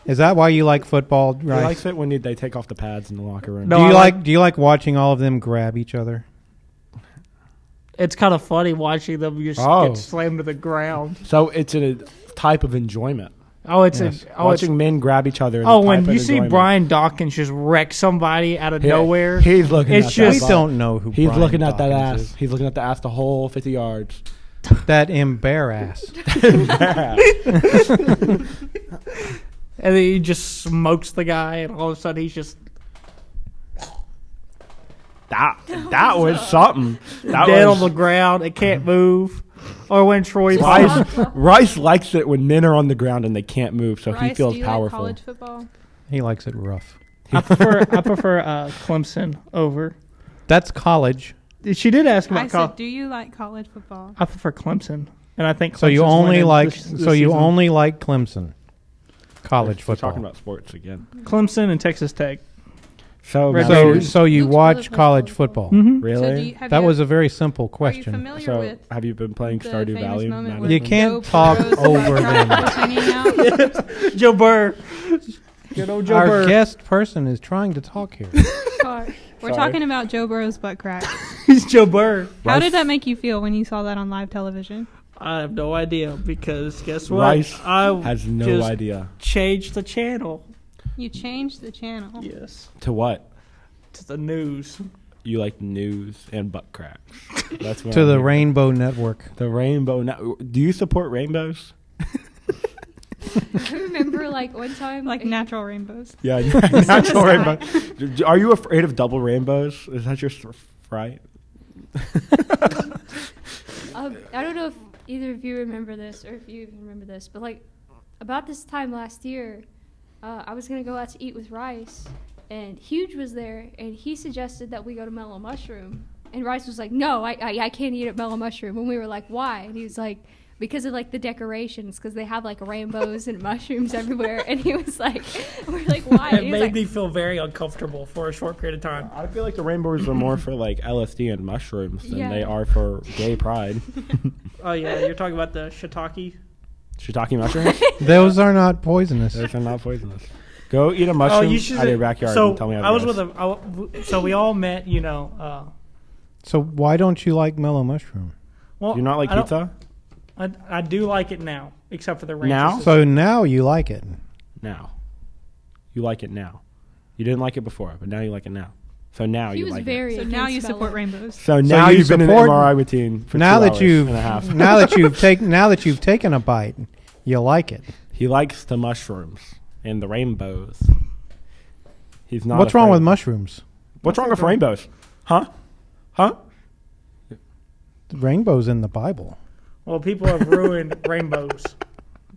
Is that why you like football, He right? likes it when you, they take off the pads in the locker room. No. do you I like, like- do you like watching all of them grab each other? It's kind of funny watching them just Oh. get slammed to the ground. So it's a type of enjoyment. Oh, it's Yes. a, oh, it's, Watching men grab each other. is oh a when type of you see enjoyment. Brian Dawkins just wreck somebody out of He- nowhere. he's looking. It's at just- we that don't know who He's Brian looking at that Dawkins ass. He's looking at the ass the whole fifty yards. is. That embarrass. And then he just smokes the guy, and all of a sudden he's just That that was something. That dead was on the ground. It can't move. Or when Troy finds Rice, Rice likes it when men are on the ground and they can't move, so he Rice, feels do you like powerful. college football? he likes it rough. I prefer I prefer uh, Clemson over. That's college. She did ask I about Col- said, do you like college football? I prefer Clemson, and I think So you Clemson's only winning like this- so this you season. only like Clemson. College We're football. talking about sports again. Clemson and Texas Tech. So, Red so Raiders. so you Who's watch political college football? football. Mm-hmm. really? So do you, have That you, was a very simple Are you question. familiar so with have you been playing the Stardew famous Valley? moment Madeline? where You Joe can't talk Burrow's over electronic them. was hanging out? Joe Burr. Good old Joe Our Burr. guest person is trying to talk here. Sorry. We're Sorry. talking about Joe Burrow's butt crack. He's Joe Burr. How Rice- did that make you feel when you saw that on live television? I have no idea because guess what? Rice I Has no just idea changed the channel. You changed the channel. Yes, to what to the news. you like news and butt cracks. That's what to I'm the hearing. Rainbow Network. The rainbow. Now, do you support rainbows? I remember like one time Like it- natural rainbows. Yeah, natural rainbow. D- d- Are you afraid of double rainbows? Is that your s- fright? Um, I don't know if either of you remember this or if you even remember this, but like about this time last year, uh, I was gonna go out to eat with Rice, and Huge was there, and he suggested that we go to Mellow Mushroom, and Rice was like, "No, I I, I can't eat at Mellow Mushroom," and we were like, "Why?" And he was like. Because of like the decorations, because they have like rainbows and mushrooms everywhere, and he was like, "We're like, why?" And It he made was like, me feel very uncomfortable for a short period of time. I feel like the rainbows are more for like LSD and mushrooms than Yeah. they are for gay pride. Oh yeah, you're talking about the shiitake. Shiitake mushrooms? Those are not poisonous. Those are not poisonous. Go Oh, eat a mushroom out of your backyard So and tell me how I it was goes. with a. I w- so we all met. You know. Uh, So why don't you like mellow mushroom? well, Do you not like I don't- pizza? I, I do like it now, except for the ranch. Now? is- So now you like it. Now. You like it now. You didn't like it before, but now you like it now. So now he you was like it. very. So now you against support Mellow. rainbows. So now you you've been in an support- MRI routine for now two that hours you've and a half. now that you've taken now that you've taken a bite, you like it. He likes the mushrooms and the rainbows. He's not. What's wrong afraid. with mushrooms? What's wrong with rainbows? Huh? Huh? The rainbow's in the Bible. Well, people have ruined rainbows.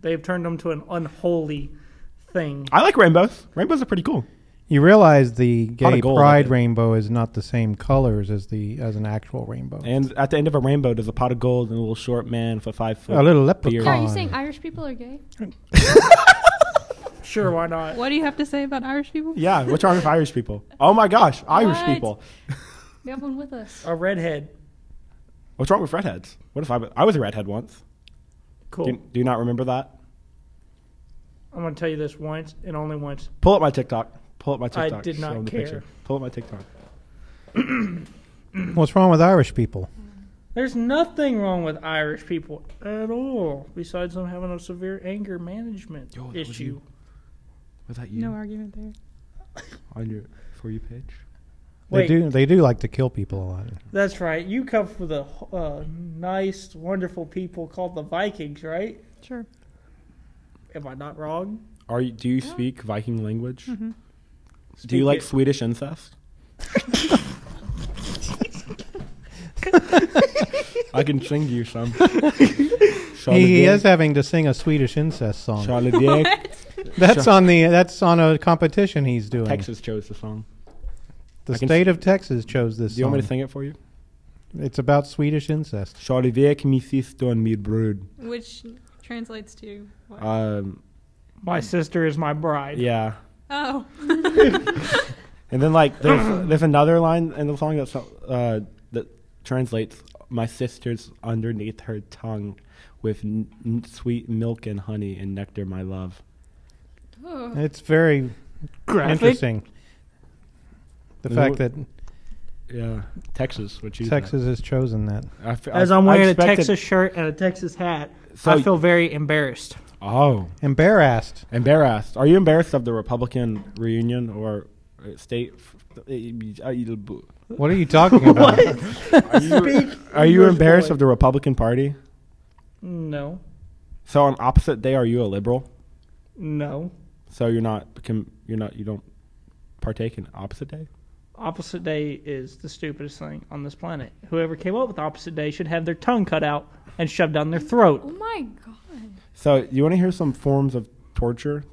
They've turned them to an unholy thing. I like rainbows. Rainbows are pretty cool. You realize the gay gold, pride okay. rainbow is not the same colors as the as an actual rainbow. And at the end of a rainbow, there's a pot of gold and a little short man for five foot. a little Beard. Yeah, are you leprechaun. saying Irish people are gay? Sure, why not? What do you have to say about Irish people? Yeah, what's wrong with Irish people? Oh my gosh, Irish What? people. We have one with us. A redhead. What's wrong with redheads? What if I, I was a redhead once? Cool. Do, you- do you not remember that? I'm gonna tell you this once and only once. Pull up my TikTok. Pull up my I TikTok. did not Show 'em the care. picture. Pull up my TikTok. What's wrong with Irish people? There's nothing wrong with Irish people at all, besides them having a severe anger management Yo, that was issue. you. Was that you No argument there. on your for you page? They Wait. do they do like to kill people a lot. That's right. You come from the uh, nice, wonderful people called the Vikings, right? Sure. Am I not wrong? Are you? Do you speak Viking language? Do Speak you like it. Swedish incest? I can sing you some. He is having to sing a Swedish incest song. Charlie Dick. That's on the that's on a competition he's doing. Texas chose the song. The I can state of Texas chose this Do you song. want me to sing it for you? It's about Swedish incest. Charlie Dick, min syster och min brud. Uh. Which translates to what? Um, My sister is my bride. Yeah. Oh, And then like there's there's another line in the song that's uh, that translates my sister's underneath her tongue with n- n- sweet milk and honey and nectar my love. Oh. It's very Graphic. interesting. The Is fact it- that Yeah, Texas, which you Texas has chosen that. I f- As I- I'm I wearing a expected- Texas shirt and a Texas hat, So I feel very embarrassed. oh Embarrassed. embarrassed. Are you embarrassed of the Republican reunion or uh, state? f- Are you, uh, What are you talking about? are you English embarrassed boy. of the Republican Party? No, So on opposite day, are you a liberal? no. So you're not com- you're not you don't partake in opposite day. Opposite day is the stupidest thing on this planet. Whoever came up with opposite day should have their tongue cut out and shoved down their oh throat. my god. So you want to hear some forms of torture?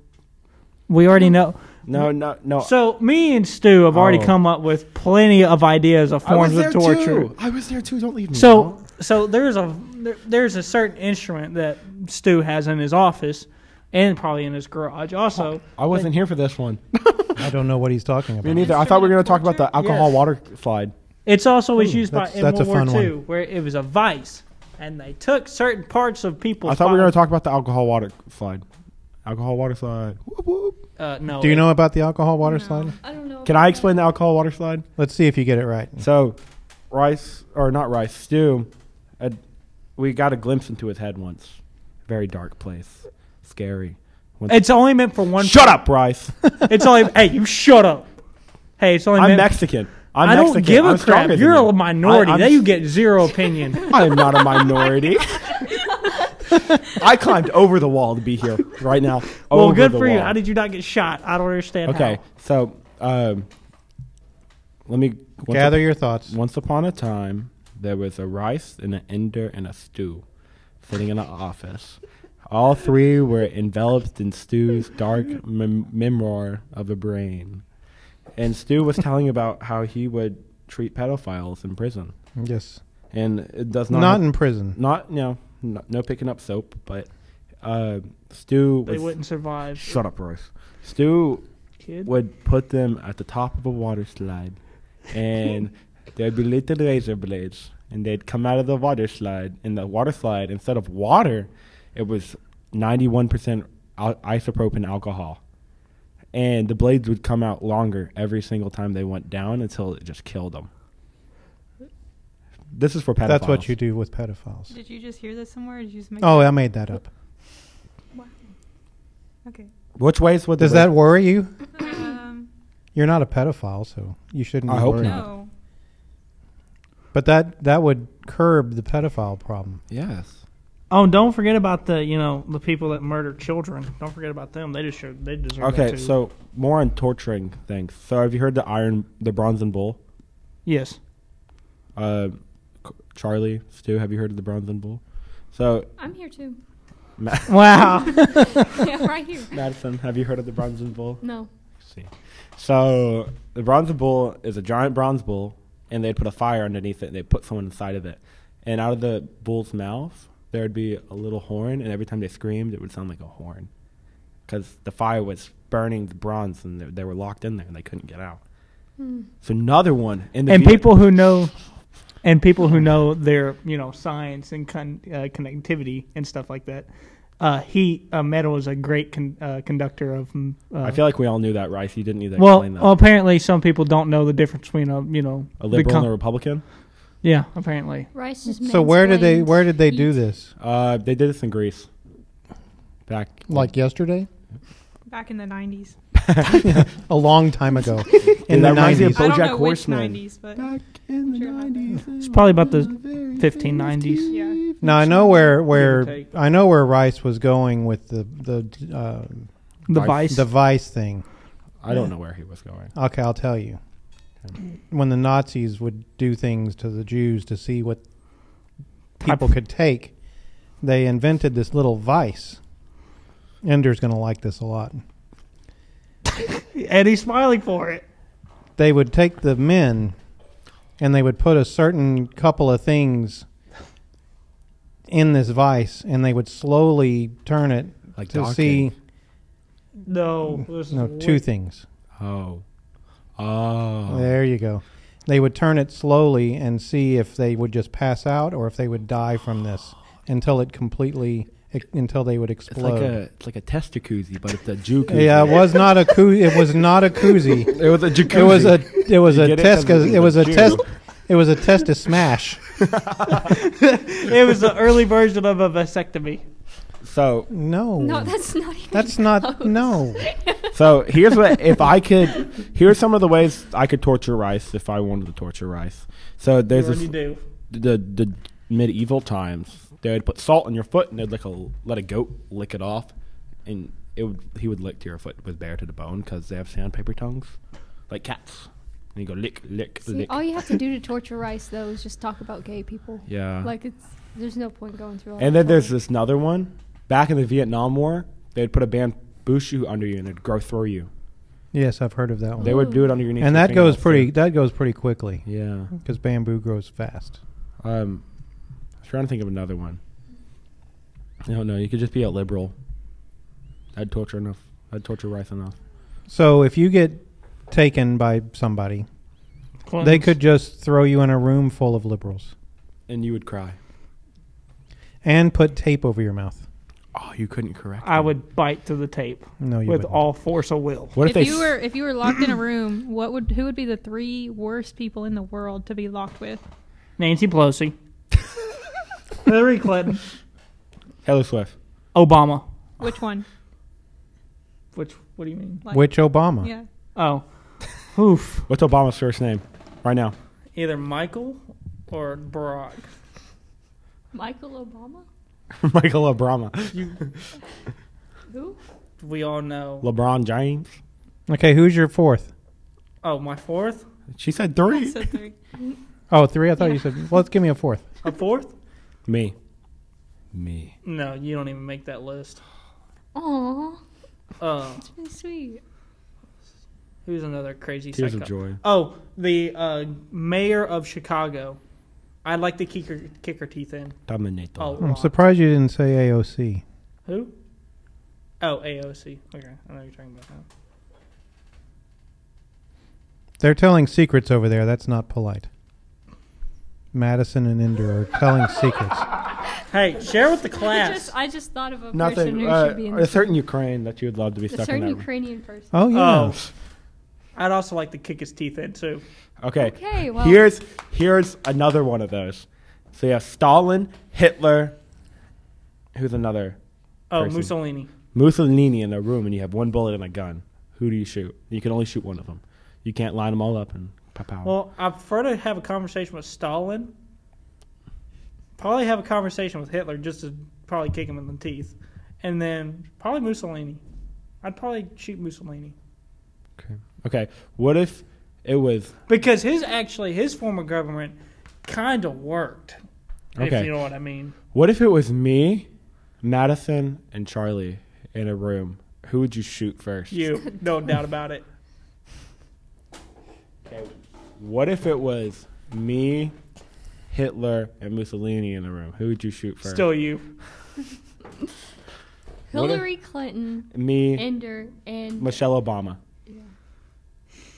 We already know. No, no, no. So me and Stu have already Oh. come up with plenty of ideas of I was forms of there torture. Too. Mm-hmm. I was there too. Don't leave me. So, so there's a there, there's a certain instrument that Stu has in his office, and probably in his garage also. I wasn't here for this one. I don't know what he's talking Me about. neither. I thought we were going to talk about the alcohol Yes. water slide. It's also was used by that's- in that's a World War fun II, where it was a vice, and they took certain parts of people's. I thought we were going to bodies- talk about the alcohol water slide. Alcohol water slide. Whoop, whoop. Uh, no. Do you it- know about the alcohol water No. slide? I don't know. Can I explain the alcohol water slide? Let's see if you get it right. So, rice or not rice stew, uh, we got a glimpse into his head once. Very dark place, scary. Once- It's only meant for one. Shut up, rice. It's only. hey, you shut up. Hey, it's only I'm meant. Mexican. I'm I don't Mexican. give a I'm stronger crap. than You're you. a minority. I, I'm- There you get zero opinion. I am not a minority. I climbed over the wall to be here right now. well, Over good the for you. wall. How did you not get shot? I don't understand. Okay, so um, let me once Gather your thoughts. Once upon a time, there was a rice and an ender and a stew sitting in an office. All three were enveloped in Stew's dark mem- memoir of a brain. And Stew was telling about how he would treat pedophiles in prison. Yes. And it does not. Not, in prison. not no, no, no picking up soap, but uh, Stew How. They was. wouldn't survive. Shut up, Royce. Stew Kid. would put them at the top of a water slide, and there'd be little razor blades, and they'd come out of the water slide. And the water slide, instead of water, it was 91% al- isopropyl alcohol. And the blades would come out longer every single time they went down until it just killed them. This is for pedophiles. That's what you do with pedophiles. did you just hear this somewhere? Or did you just make? Oh, I made that up. Okay. Which ways would the Does that blade- worry you? Um, You're not a pedophile, so you shouldn't. I be hope worried. not. no. But that that would curb the pedophile problem. Yes. Oh, and don't forget about the you know the people that murder children. Don't forget about them. They just should, they deserve. that Okay, too. so more on torturing things. So have you heard the iron, the bronze and bull? yes, Uh, C- Charlie, Stu, have you heard of the Bronze and Bull? So, I'm here too. Ma- wow. yeah, right here. Madison, have you heard of the Bronze and Bull? No. see. So, the Bronze and Bull is a giant bronze bull, and they'd put a fire underneath it, and they'd put someone inside of it. And out of the bull's mouth, there'd be a little horn, and every time they screamed, it would sound like a horn. Because the fire was burning the bronze, and they, they were locked in there, and they couldn't get out. So, another one. In the and Viet- people who know, and people who know their you know science and con- uh, connectivity and stuff like that. Uh, he uh, metal is a great con- uh, conductor of. mm, Uh, I feel like we all knew that, Rice. You didn't need to well, um, explain that. well, apparently some people don't know the difference between a you know a liberal become- and a Republican? yeah, apparently. Rice is So where did they mansplained. where did they Yeet. do this? Uh, they did this in Greece. Back Like yesterday? Back in the nineties. A long time ago. in in the the reminds me of 90s. I don't BoJack know Horseman. which nineties, but Back in the Sure about that. 90s, It's probably about the 1590s. yeah. Now I know where Give or where take. I know where Rice was going with the the uh, The Vice- vice. the Vice thing. I don't know where he was going. Okay, I'll tell you. When the Nazis would do things to the Jews to see what people could take, they invented this little vice. Ender's going to like this a lot. and he's smiling for it. They would take the men and they would put a certain couple of things in this vice and they would slowly turn it Like to docking. see No, this No, is two way- things. Oh. Oh. There you go. They would turn it slowly and see if they would just pass out or if they would die from this until it completely until they would It's explode. like a it's like a test jacuzzi, but it's a juke. yeah, it was not a coo- it was not a koozie. it was a jacuzzi. It was a it was You a get it? test 'Cause it was a it's a test Jew. it was a test to smash. It was the early version of a vasectomy. so No. No, that's not even. that's not close. no. so here's what if I could here's some of the ways I could torture rice if I wanted to torture rice. So there's what this, do you do? the the medieval times they would put salt on your foot and they'd like a let a goat lick it off, and it would he would lick to your foot with bare to the bone because they have sandpaper tongues, like cats. And you go lick lick See, lick. all you have to do to torture Rice though is just talk about gay people. yeah. Like it's there's no point going through. All And that then there's trouble. this another one. Back in the Vietnam War, they'd put a bamboo shoot under you and it'd grow through you. Yes, I've heard of that one. They would do it under your knees. and with that goes fingernails, pretty that goes pretty quickly too. Yeah. because bamboo grows fast. Um, I was trying to think of another one. I don't know. You could just be a liberal. I'd torture enough. I'd torture Rice enough. So if you get taken by somebody, they Clones. could just throw you in a room full of liberals And you would cry. and put tape over your mouth. Oh, you couldn't correct. I them. would bite to the tape No, you with wouldn't. all force of will. What if if, they? you s- were if you were locked in a room, what would who would be the three worst people in the world to be locked with? Nancy Pelosi, Hillary Clinton, Taylor Swift. Obama. Which one? Which? What do you mean? Like, Which Obama? Yeah. Oh, oof. What's Obama's first name? Right now. Either Michael or Barack. Michael Obama. Michael Obama. Who? We all know. LeBron James. Okay, who's your fourth? Oh, my fourth, She said three. So three. Oh, three. I thought you said. Well, let's give me a fourth. a fourth? Me. Me. No, you don't even make that list. Aw, Uh, that's really sweet. who's another crazy Tears of psycho? joy. Oh, the uh, mayor of Chicago. I'd like to kick her, kick her teeth in. Dominator. Oh, I'm Ron. surprised you didn't say AOC. Who? Oh, AOC. Okay, I know what you're talking about. now. They're telling secrets over there. That's not polite. Madison and Inder are telling secrets. Hey, share with the I class. just I just thought of a person Nothing. who Uh, should be in a this. certain Ukraine that you would love to be A stuck in certain that room. Ukrainian person. Oh yeah. Oh, I'd also like to kick his teeth in too. Okay. Okay, well- here's here's another one of those. So yeah, Stalin, Hitler. Who's another? Oh, Person. Mussolini. Mussolini in a room, and you have one bullet and a gun. Who do you shoot? You can only shoot one of them. You can't line them all up and pow pow. Well, I prefer to have a conversation with Stalin. Probably have a conversation with Hitler just to probably kick him in the teeth, and then probably Mussolini. I'd probably shoot Mussolini okay. Okay. What if it was because his actually his former government kind of worked. If Okay. you know what I mean. What if it was me, Madison, and Charlie in a room? Who would you shoot first? You no doubt about it. Okay. What if it was me, Hitler, and Mussolini in the room? Who would you shoot first? Still you. What if- Hillary Clinton, me, Ender, and Michelle Obama. Yeah.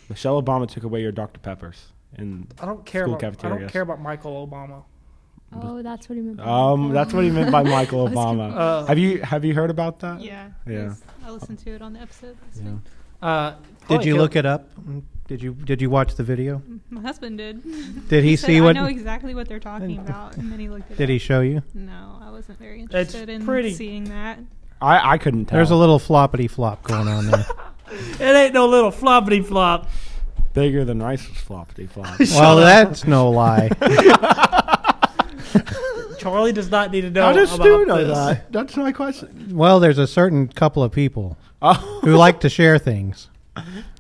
Michelle Obama took away your Dr. Peppers, and I don't care School about I don't cafeterias. care about Michael Obama. oh, that's what he meant. by um, that. that's what he meant by Michael I was Obama. confused. Uh, Have you have you heard about that? Yeah. Yeah. Yes. I listened to it on the episode last Yeah. week. uh, Did probably you kill- look it up? Did you Did you watch the video? My husband did. Did he, said, see I know what? exactly what they're talking about, and then he looked at Did he show you? No, I wasn't very That's interested in pretty- seeing that. I I couldn't tell. There's a little floppity flop going on there. It ain't no little floppity flop. bigger than Rice's floppity flop. well, that's no lie. Charlie does not need to know. How does about Stu know this. that? That's my question. Well, there's a certain couple of people Oh. who like to share things.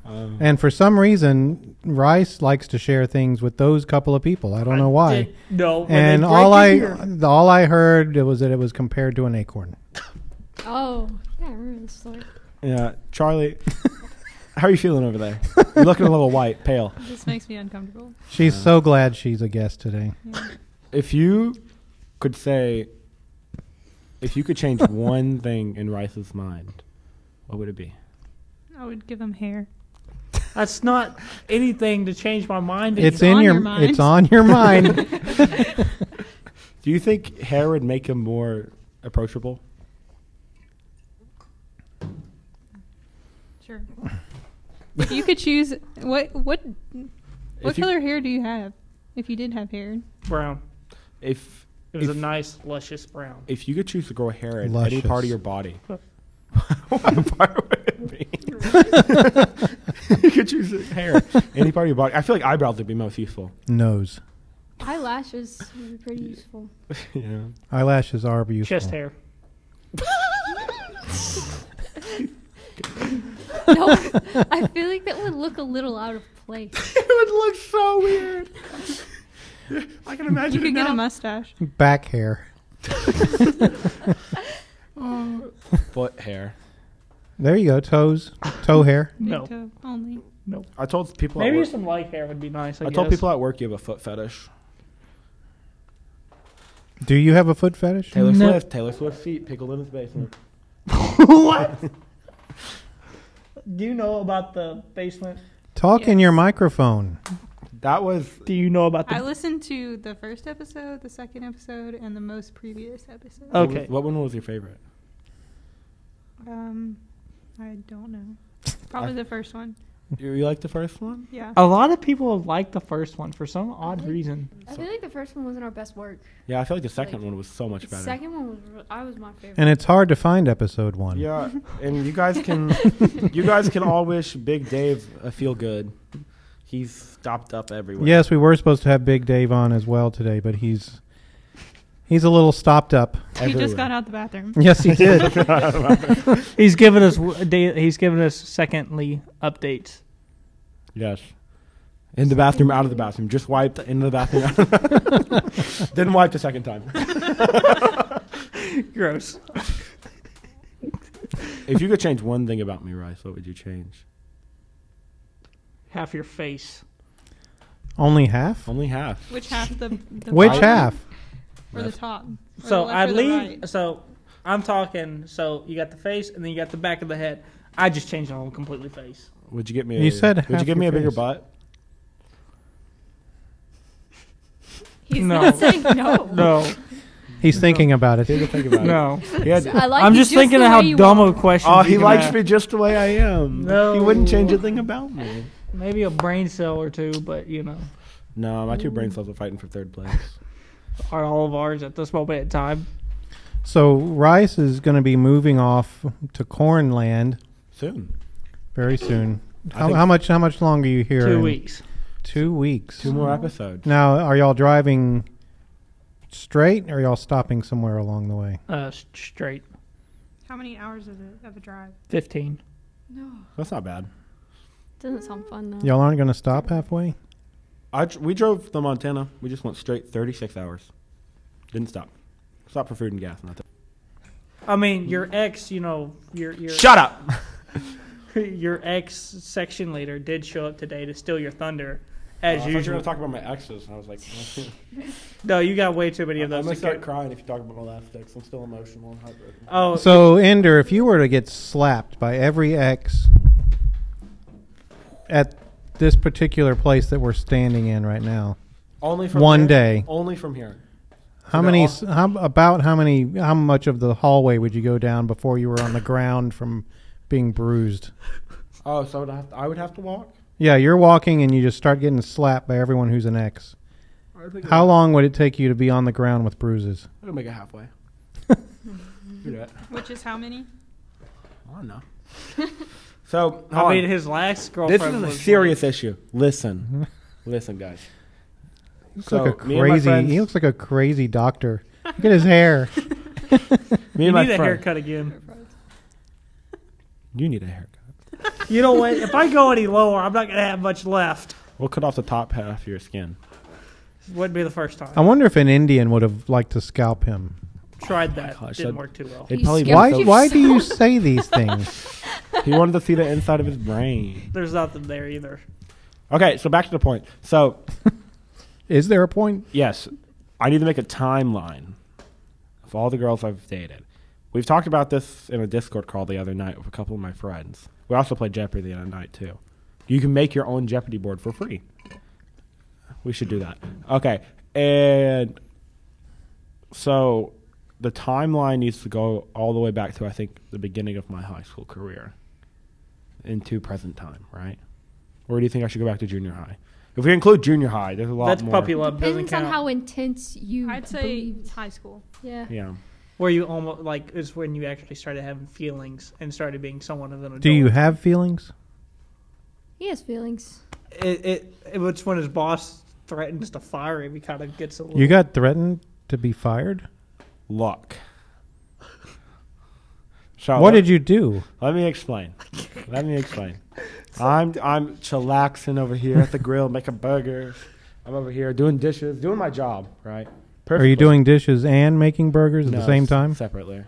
and for some reason, Rice likes to share things with those couple of people. I don't know why. Did- No. when they And break all in I here- all I heard was that it was compared to an acorn. Oh, yeah, I remember this story. Yeah, Charlie. How are you feeling over there? You're looking a little white, pale. This makes me uncomfortable. She's so glad she's a guest today. If you could say, if you could change one thing in Rice's mind, what would it be? I would give him hair. That's not anything to change my mind. It's on in your your, mind. it's on your mind. Do you think hair would make him more approachable? Sure. if you could choose what what what if you- color hair do you have? If you did have hair, brown. if It was If- a nice, luscious brown. if you could choose to grow hair at any Luscious. part of your body, what part would it be? you could choose hair any part of your body. I feel like eyebrows would be most useful. Nose. Eyelashes would be pretty useful. yeah. Eyelashes are beautiful. Chest hair. No, I feel like that would look a little out of place. it would look so weird. I can imagine. you could get a mustache. Back hair. Foot hair. There you go. Toes. Toe hair. Big No. toe only. I told people. Maybe at work, some light hair would be nice. I, I told guess. people at work you have a foot fetish. Do you have a foot fetish? Taylor No. Swift. Taylor Swift feet pickled in his basement. what? Do you know about the basement? Talk in Yes. your microphone. That was Do you know about I the? listened to the first episode, the second episode, and the most previous episode. Uh, Oh. what was- Okay. What one was your favorite? Um, I don't know. Probably the first one. You, you like the first one? Yeah. A lot of people like the first one for some odd reason. I feel like the first one wasn't our best work. Yeah, I feel like the second Like, one was so much The better. second one was re- I was my favorite. And it's hard to find episode one. Yeah, and you guys can you guys can all wish Big Dave a feel good. He's stopped up everywhere. Yes, we were supposed to have Big Dave on as well today, but he's he's a little stopped up. He just got out the bathroom. Yes, he did. He's giving us w- da- he's giving us secondly updates. Yes. In the bathroom, out of the bathroom. Just wiped into the bathroom. Out of the Didn't wipe the second time. Gross. If you could change one thing about me, Rice, what would you change? Half your face. Only half. Only half. Which half the, the Which bottom half? or the top? Or So the left I or the leave. right? So I'm talking. So you got the face, and then you got the back of the head. I just changed the whole completely face. Would you get me? You a, said Would half you give me a your bigger face. butt? He's No. not saying no. No, He's thinking about Take a it. think about it. no. He had- I like I'm you just thinking the of way how you dumb are. of a question. oh, he likes me just the way I am. He wouldn't change a No. thing about me. Maybe a brain cell or two, but you know, No, my two brain cells are fighting for third place. are all of ours at this moment in time. So Rice is going to be moving off to Cornland Soon. very soon. I How, think- how much? How much longer are you here? Two in- weeks. Two weeks. Two more episodes. Now, are y'all driving straight, or y'all stopping somewhere along the way? Uh, s- straight. How many hours of a, of a drive? Fifteen. No. That's not bad. Doesn't sound fun though. Y'all aren't going to stop halfway. I dr- we drove to Montana. We just went straight 36 hours. Didn't stop. Stop for food and gas. Not I mean, your ex, you know, your your Shut up. your ex section leader did show up today to steal your thunder, as Oh, I thought you were usual. going to talk about my exes, and I was like, no, you got way too many I'm of going those. to to start count. crying if you talk about my last ex. I'm still emotional and heartbroken. Oh, So, Ender, if you were to get slapped by every ex at this particular place that we're standing in right now, Only from One here? day. Only from here. how So many? s they're How about how many? How much of the hallway would you go down before you were on the ground from being bruised? Oh, so I would have to, I would have to walk. Yeah, you're walking and you just start getting slapped by everyone who's an ex. I think How long would it take you to be on the ground with bruises? I'm gonna make it halfway. Do that. Which is how many? I don't know. So I mean, hold his last on. girlfriend this is a was serious issue. Listen, listen, guys. Looks So, like a me and my crazy. friends- he looks like a crazy doctor. Look at his hair. Me You and my need a friend. haircut again. You need a haircut. You know what? If I go any lower, I'm not gonna have much left. We'll cut off the top half of your skin. Wouldn't be the first time. I wonder if an Indian would have liked to scalp him. Tried that. Oh gosh, Didn't that- work too well. It He's probably scared Why? Give Why do you yourself- say these things? he wanted to see the inside of his brain. There's nothing there either. Okay, so back to the point. So Is there a point? yes, I need to make a timeline of all the girls I've dated. We've talked about this in a Discord call the other night with a couple of my friends. We also played Jeopardy the other night too. You can make your own Jeopardy board for free. We should do that. Okay, and so the timeline needs to go all the way back to I think the beginning of my high school career into present time, right? Or do you think I should go back to junior high? If we include junior high, there's a lot That's more. puppy love. Doesn't Depends on count. how intense Hmm, you. I'd say believed. high school. Yeah. Yeah. Where you almost like is when you actually started having feelings and started being someone of an adult. Do you have feelings? He has feelings. It, it, it it's when his boss threatens to fire him. He kind of gets a little. You got threatened to be fired? luck. So what let, did you do? let me explain. Let me explain. I'm I'm chillaxing over here at the grill, making burgers. I'm over here doing dishes, doing my job, right? Are you Perfectly. doing dishes and making burgers at No, the same s- time? Separately.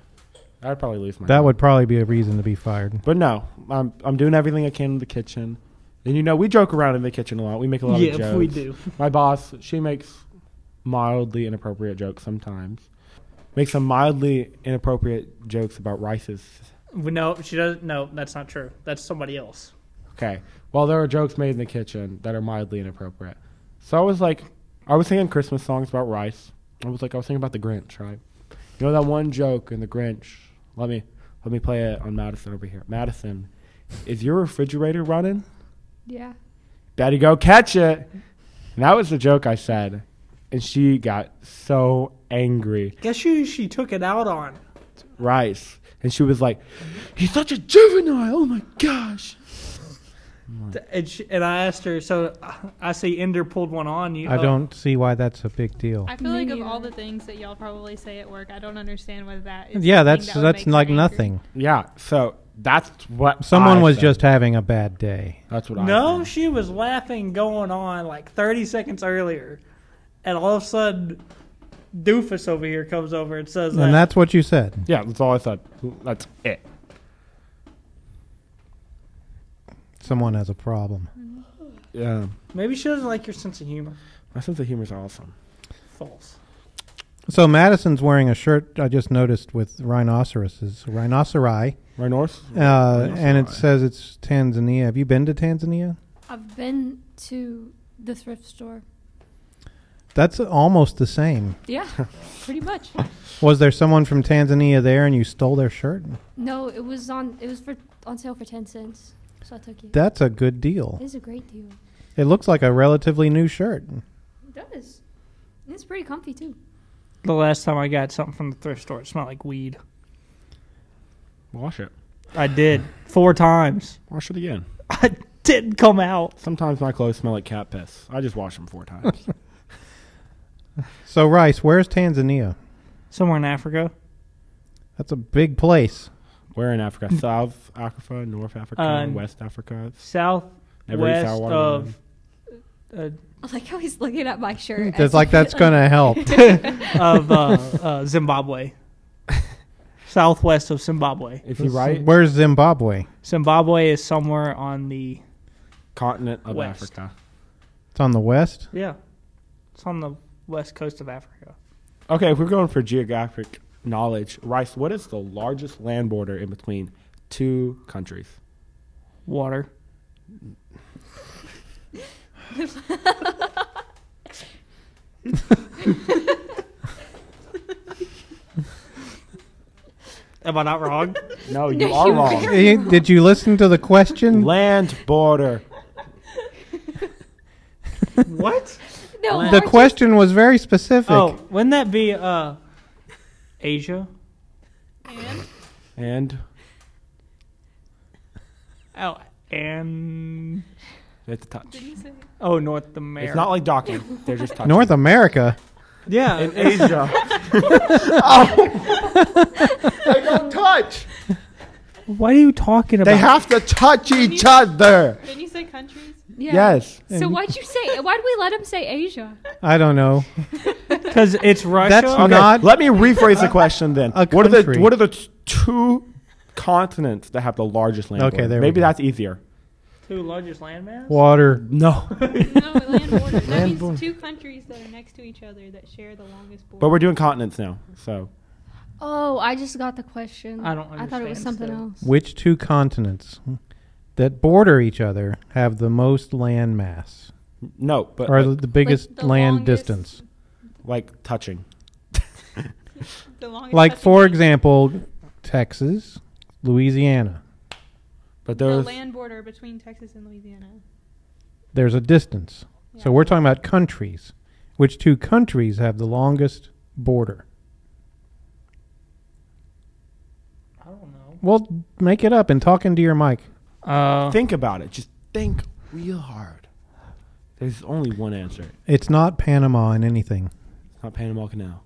I'd probably lose my. That job. would probably be a reason to be fired. But no, I'm I'm doing everything I can in the kitchen, and you know we joke around in the kitchen a lot. We make a lot yeah, of jokes. we do. My boss, she makes mildly inappropriate jokes sometimes. Makes some mildly inappropriate jokes about Rice's No, she doesn't. No, that's not true. That's somebody else. Okay. Well, there are jokes made in the kitchen that are mildly inappropriate. So I was like, I was singing Christmas songs about rice. I was like, I was thinking about the Grinch, right? You know that one joke in the Grinch. Let me let me play it on Madison over here. Madison, is your refrigerator running? Yeah. Daddy, go catch it. And that was the joke I said, and she got so angry. Guess who she took it out on? Rice, and she was like, he's such a juvenile. Oh my gosh. And, she, and I asked her. So uh, I see Ender pulled one on you. I Oh, don't see why that's a big deal. I feel like of neither. all the things that y'all probably say at work, I don't understand why that is. yeah, the thing that's that would that's make her like angry. nothing. Yeah. So that's what Someone I was said. just having a bad day. That's what I. Oh. No, think. she was laughing going on like 30 seconds earlier, and all of a sudden, Doofus over here comes over and says that. And that's what you said. Yeah, that's all I thought. That's it. Someone has a problem. Yeah. Maybe she doesn't like your sense of humor. My sense of humor is awesome. False. So Madison's wearing a shirt I just noticed with rhinoceroses, rhinoceri, Rhinos? uh, and it Rhinoceri. says it's Tanzania. Have you been to Tanzania? I've been to the thrift store. That's almost the same. Yeah. pretty much. Was there someone from Tanzania there and you stole their shirt? No, it was on. It was for on sale for ten cents. So I took it. That's a good it deal. is a great deal. It looks like a relatively new shirt. It does. It's pretty comfy too. The last time I got something from the thrift store, it smelled like weed. Wash it. I did four times. Wash it again. I didn't come out. Sometimes my clothes smell like cat piss. I just wash them four times. So Rice, where's Tanzania? Somewhere in Africa. That's a big place. Where in Africa? South Africa, North Africa, Uh, West Africa. South Every west sour water of. Uh, I like how he's looking at my shirt. It's like that's going to help. of uh, uh, Zimbabwe. Southwest of Zimbabwe. If you write Where's Zimbabwe? Zimbabwe is somewhere on the continent of West. Africa. It's on the west. yeah. It's on the west coast of Africa. Okay, if we're going for geographic knowledge, Rice, what is the largest land border in between two countries? Water. Am I not wrong? No, you are wrong. Eh, Did you listen to the question? land border. what? no, The orange is- question was very specific. Oh, wouldn't that be uh, Asia? And Oh, and it's a touch. Didn't you say? oh, North America. It's not like docking. They're just touching. North America. yeah, in Asia. They don't touch. What are you talking about? They have to touch each other. Didn't you say countries? Yeah. Yes. So why'd you say? Why'd we let him say Asia? I don't know. because it's Russia. That's Okay, Not- let me rephrase the question then. A what are the country. what are the t- two continents that have the largest land? Okay, border? there we Maybe go. that's easier. two largest landmass. Water. No, No, land border. That Land means border. two countries that are next to each other that share the longest border. but we're doing continents now. So Oh, I just got the question. I don't I thought it understand was something still. else. Which two continents? that border each other have the most land mass No, but or like, the, the biggest the land longest- distance. like touching. The longest Like touching for land- example, Texas, Louisiana. But the there's land border between Texas and Louisiana. There's a distance. Yeah. So we're talking about countries. Which two countries have the longest border? I don't know. Well, make it up and talk into your mic. Uh, think about it. Just think real hard. There's only one answer. It's not Panama in anything. It's not Panama Canal.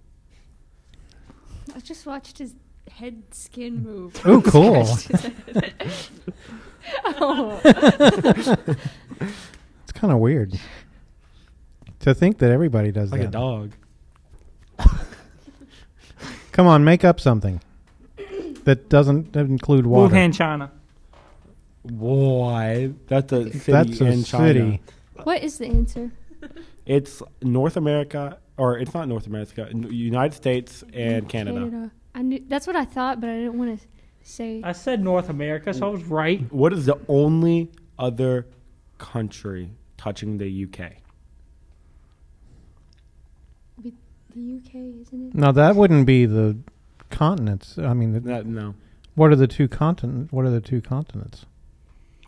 I just watched his head skin move. Ooh, cool. oh. It's kind of weird to think that everybody does Like that. a dog. Come on, make up something that doesn't include water. Wuhan, China. Why? That's a city That's a in China. city. What is the answer? It's North America, or it's not North America. n- United States and Canada. I knew, that's what I thought, but I didn't want to say. I said North America, so I was right. What is the only other country touching the UK? the UK, isn't it? Now that wouldn't be the continents. I mean, the, That, no, what are the two continent? What are the two continents?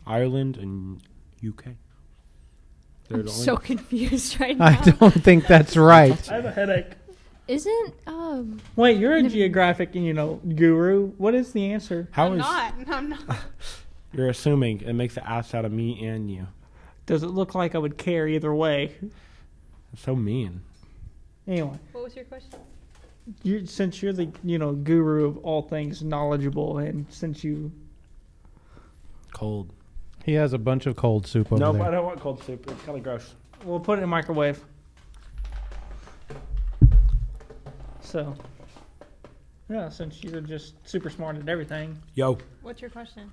Ireland and UK. They're I'm the only- so confused right now. I don't think that's right. I have a headache. Isn't um Wait, you're a geographic, you know, guru. What is the answer? How I'm is- not. I'm not. You're assuming it makes an ass out of me and you. Does it look like I would care either way? That's so mean. Anyway, What was your question? you since you're the you know guru of all things knowledgeable, and since you Cold. He has a bunch of cold soup over no, there. but I don't want cold soup. It's kind of gross. we'll put it in microwave. So, yeah, since you're just super smart at everything. Yo, What's your question?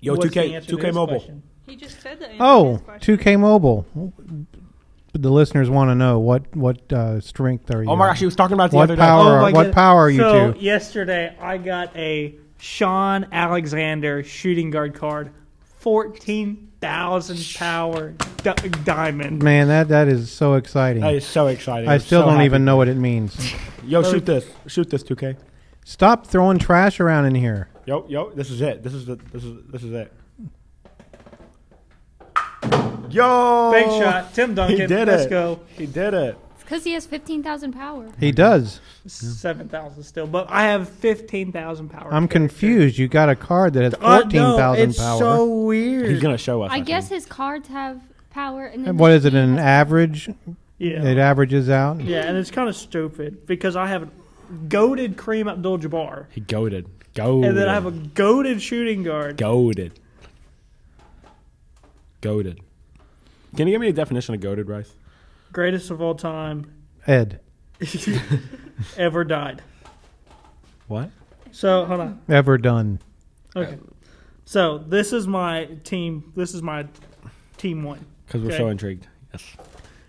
yo, what's the 2K, answer to 2K this Mobile. question? He just said that. Oh, 2K Mobile. But the listeners want to know what what uh, strength are you? Oh my gosh, he was talking about it the What other power- day. Oh my what God. power are you so two? yesterday I got a Sean Alexander shooting guard card, fourteen thousand power di- diamond. Man, that that is so exciting. That is so exciting. I I'm still so don't happy. even know what it means. Yo, shoot this. Shoot this, 2K. Stop throwing trash around in here. Yo, yo, this is it. This is the. This is this is it. Yo, Big Oh, shot, Tim Duncan. He did Let's it. go. He did it. it's because he has fifteen thousand power? He does. Seven thousand still, but I have fifteen thousand power. I'm character. confused. You got a card that has Uh, no, fourteen thousand it's power. so weird. He's gonna show us. I guess think. his cards have power, and then And what the is it? team An has- average? yeah, It averages out. yeah, and it's kind of stupid because I have a goaded Kareem Abdul-Jabbar, he goaded. Goaded. and then I have a goaded shooting guard. goaded. Goaded. Can you give me a definition of goaded, Rice? Greatest of all time Ed ever died. What? So hold on. ever done? Okay. So this is my team. This is my team one. Because we're Okay. so intrigued. Yes.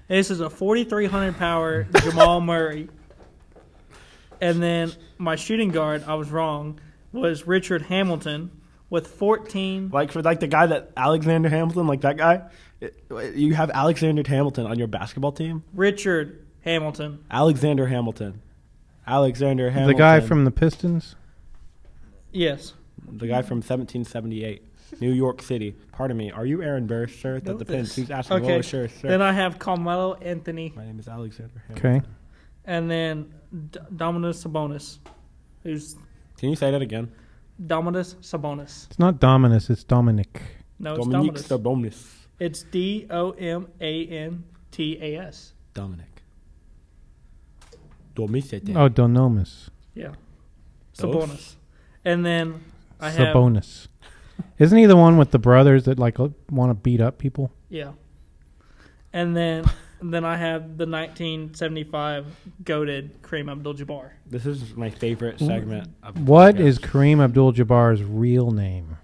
This is a 4,300 power Jamal Murray. And then my shooting guard, I was wrong, was Richard Hamilton with 14. Like for like the guy that Alexander Hamilton, like that guy, it- you have Alexander Hamilton on your basketball team. Richard Hamilton. Alexander Hamilton. Alexander Hamilton. The guy from the Pistons. Yes. The guy from 1778, New York City. Pardon me. Are you Aaron Burr, sir? That Know depends. this. Who's asking? Okay. Okay. Sure, sir. Then I have Carmelo Anthony My name is Alexander. Hamilton. Okay. and then D- Dominus Sabonis. Who's Can you say that again? Dominus Sabonis? It's not Dominus. It's Dominic. No, it's Dominique Dominus. Sabonis. it's D O M A N T A S. Dominic. Dominic. Oh, Donomus. Yeah. Those? Sabonis. And then I have. Sabonis. Isn't he the one with the brothers that like want to beat up people? Yeah. And then and then I have the 1975 goaded Kareem Abdul-Jabbar. This is my favorite segment. Of What is Kareem Abdul-Jabbar's real name?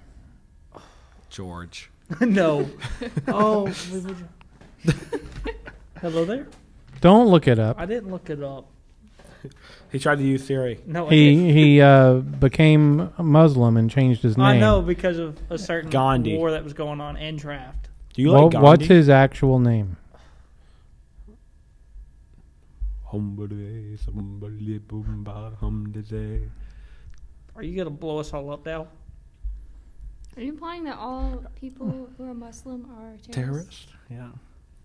George? no. oh. we would- Hello there. Don't look it up. I didn't look it up. He tried to use Siri. No, He he uh, became a Muslim and changed his name. I know because of a certain Gandhi. war that was going on and draft. Do you Wha- like Gandhi? what's his actual name? Humbly, somebody, boomba, humdizy. Are you gonna blow us all up now? Are you implying that all people who are Muslim are terrorists? Terrorist? Yeah.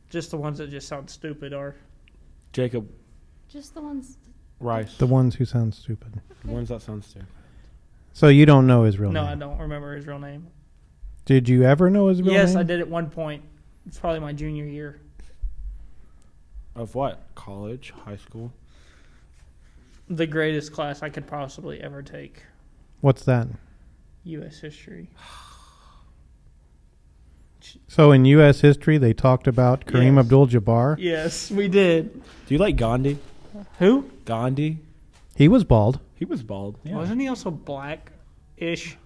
Just the ones that just sound stupid are. Jacob Just the ones. Rice. The ones who sound stupid. The ones that sound stupid. So you don't know his real no, name? I don't remember his real name. Did you ever know his real yes, name? I did at one point. It's probably my junior year. Of what? College, high school. The greatest class I could possibly ever take. What's that? U.S. history. So in U.S. history, they talked about Kareem Yes. Abdul-Jabbar. Yes, we did. Do you like Gandhi? Who? Gandhi? He was bald. He was bald. Wasn't he also black ish?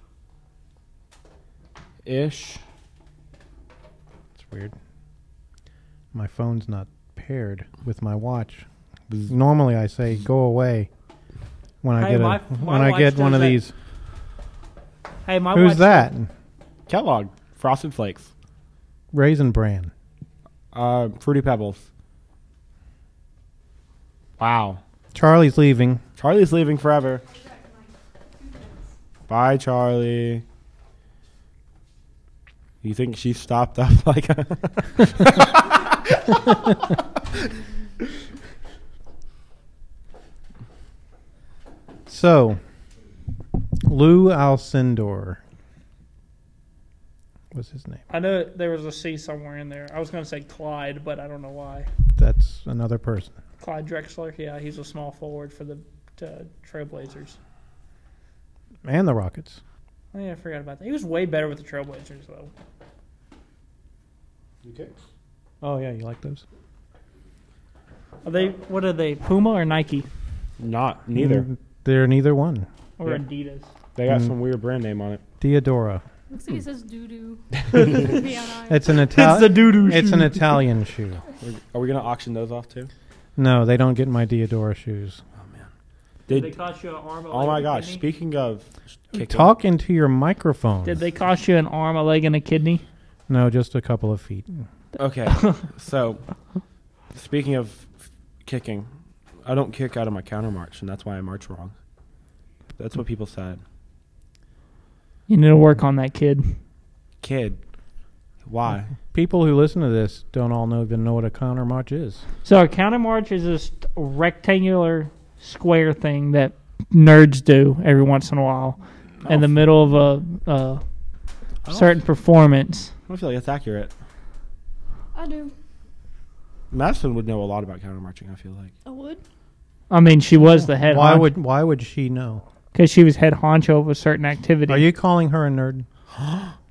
Ish. It's weird. My phone's not paired with my watch. Normally, I say go away when I Hey, get a, my- my when I watch get one does of that. these. Hey, my Who's watch- that? Kellogg. Frosted Flakes. Raisin Bran. Uh, Fruity Pebbles. Wow. Charlie's leaving. Charlie's leaving forever. Bye, Charlie. You think she stopped up like a So, Lou Alcindor was his name. I know there was a C somewhere in there. I was gonna say Clyde, but I don't know why. That's another person. Clyde Drexler. Yeah, he's a small forward for the uh, Trailblazers. And the Rockets. Oh, yeah, I forgot about that. He was way better with the Trailblazers though. Oh yeah, you like those? Are they? What are they? Puma or Nike Not neither. Mm-hmm. Mm, They're neither one. or Yeah. Adidas? They got Mm. Mm-hmm. some weird brand name on it. Diodora. Looks like it says doo doo. It's an It's the Italian. doo doo. It's, an Italian shoe. We're- Are we gonna auction those off too? No, they don't get my Diodora shoes. Did they Did cost you an arm? A leg, oh my a gosh! kidney? Speaking of kicking- Talk into your microphone. Did they cost you an arm, a leg, and a kidney? No, just a couple of feet. Okay, so speaking of kicking, I don't kick out of my counter march, and that's why I march wrong. That's what people said. You need to work on that kid. Kid, why? People who listen to this don't all know even know what a counter march is. So a counter march is this rectangular square thing that nerds do every once in a while in the middle of a, a I don't- certain performance. I don't feel like that's accurate. I do. Madison would know a lot about counter marching. I feel like I would. I mean, she was the head. Why would why would she know? Because she was head honcho of a certain activity. Are you calling her a nerd?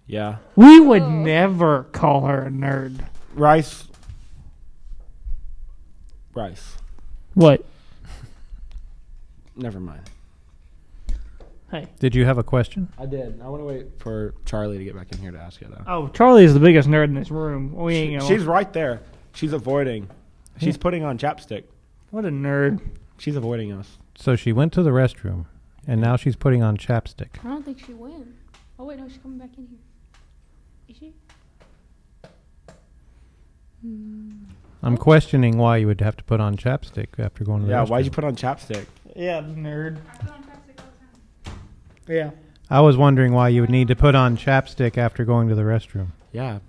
yeah. we would Oh. never call her a nerd. Rice, rice. What? Never mind. Hey. Did you have a question? I did. I want to wait for Charlie to get back in here to ask you though. Oh, Charlie is the biggest nerd in this room. We ain't gonna. She's right there. She's avoiding. She's putting on chapstick. what a nerd. She's avoiding us. So she went to the restroom, and now she's putting on chapstick. I don't think she went. Oh wait, no, she's coming back in here. Is she? I'm questioning why you would have to put on chapstick after going to the Yeah, restroom. why'd you put on chapstick? Yeah, nerd. Yeah. I was wondering why you would need to put on chapstick after going to the restroom. Yeah.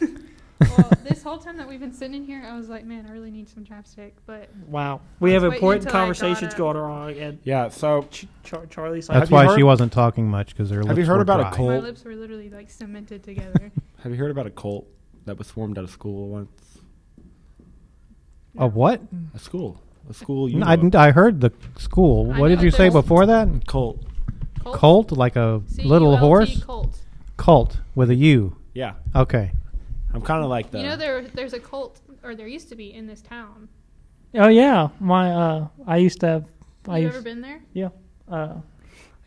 well, this whole time that we've been sitting in here, I was like, man, I really need some chapstick. But Wow. We I have was waiting important until I got conversations up. going on. And Yeah, so Ch- Char- Charlie's like, That's Have you why heard- she wasn't talking much because her lips Have you heard were about a dry. cult? my Cool. lips were literally like cemented together. have you heard about a cult that was formed at a school once? A what? A school. A school you No, know I, of. didn't- I heard the school. I what know did you that say there's- before that? cult. Cult? Cult, like a little C-U-L-T, horse? Cult. Cult with a U. Yeah. Okay. I'm kinda like that. You know, there there's a cult, or there used to be in this town. oh yeah, my uh, I used to have, I Have you ever used, been there? uh,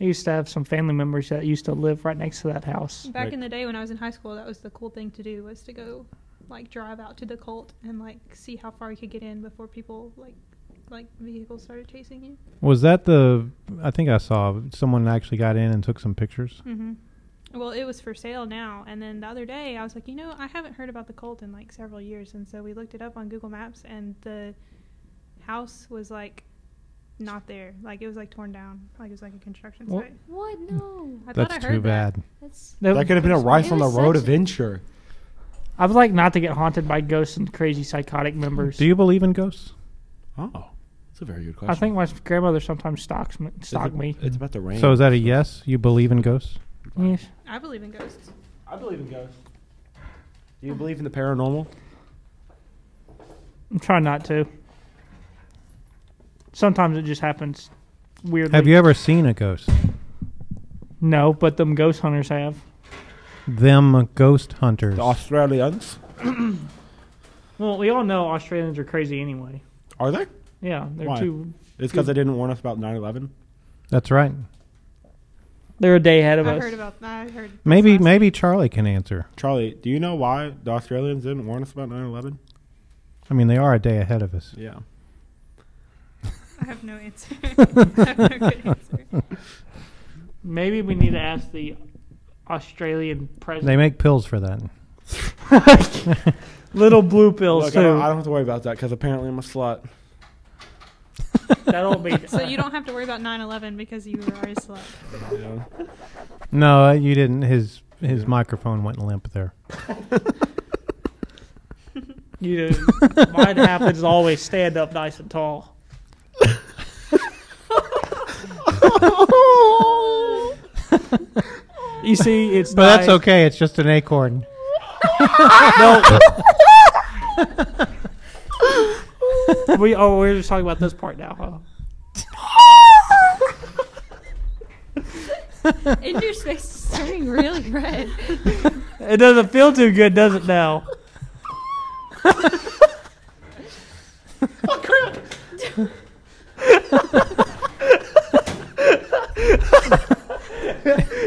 I used to have some family members that used to live right next to that house. Back Like- in the day when I was in high school, that was the cool thing to do was to go like drive out to the cult and like see how far you could get in before people like like vehicles started chasing you. Was that the? I think I saw someone actually got in and took some pictures. hmm Well, it was for sale now. And then the other day, I was like, you know, I haven't heard about the cult in like several years. And so we looked it up on Google Maps, and the house was like not there. Like it was like torn down. Like it was like a construction Well- site. What? No. I That's thought I too heard that. bad. That's That- That could have been a rice It on the was road such a- adventure. I would like not to get haunted by ghosts and crazy psychotic members. Do you believe in ghosts? Oh, that's a very good question. I think my grandmother sometimes stalks me. It's Stalk a- me. It's about the rain. So is that a yes? You believe in ghosts? Yes. I believe in ghosts. I believe in ghosts. Do you believe in the paranormal? I'm trying not to. Sometimes it just happens weirdly. Have you ever seen a ghost? No, but them ghost hunters have. Them ghost hunters. The Australians Well, we all know Australians are crazy anyway. are they? Yeah, they're Why? too. It's because they didn't warn us about 9/11. That's right. They're a day ahead of I us. heard about. I heard. this Maybe last- maybe Charlie can answer. Charlie, do you know why the Australians didn't warn us about 9/11? I mean, they are a day ahead of us. Yeah. I have no answer. I have no good answer. Maybe we need to ask the Australian They president. make pills for that. Little blue pills Look, I too. don't, I don't have to worry about that because apparently I'm a slut. That'll be. So you don't have to worry about 9/11 because you were already slept. You know? No, uh, you didn't. His his microphone went limp there. You mine happens always stand up nice and tall. you see, it's But that's nice. okay. It's just an acorn. We oh, we're just talking about this part now, huh? and your face is turning really red. It doesn't feel too good, does it now?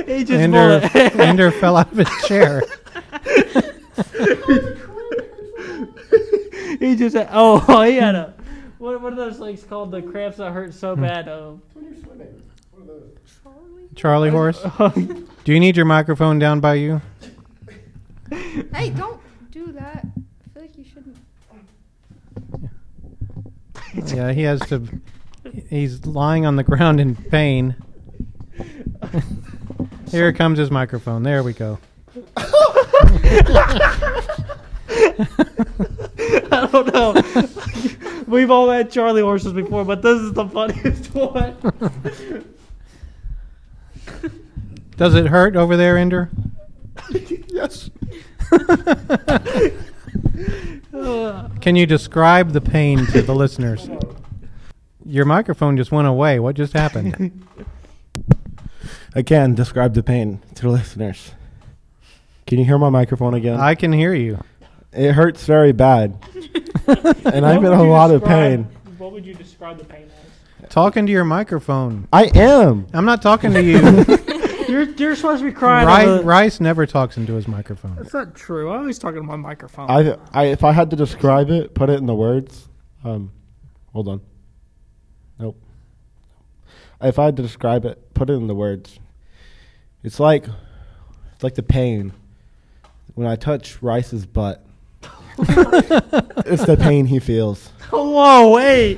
he just Ender, pulled it. Ender fell out of his chair. He just had, oh he had a what what are those things called? The cramps that hurt so bad. Um, Charlie horse. Do you need your microphone down by you? hey, don't do that. I feel like you shouldn't. Yeah, he has to. He's lying on the ground in pain. Here comes his microphone. There we go. I don't know. We've all had Charlie horses before, but this is the funniest one. Does it hurt over there, Ender? yes. Can you describe the pain to the listeners? Your microphone just went away. What just happened? Again, describe the pain to the listeners. Can you hear my microphone again? I can hear you. it hurts very bad, and I'm in What a would you lot of describe- pain. What would you describe the pain as? Talking to your microphone. I am. I'm not talking to you. You're, you're supposed to be crying. Rice, Rice never talks into his microphone. That's not true. I always talking to my microphone. I, I, if I had to describe it, put it in the words. Um, hold on. Nope. If I had to describe it, put it in the words. It's like, it's like the pain when I touch Rice's butt. it's the pain he feels, Whoa, wait.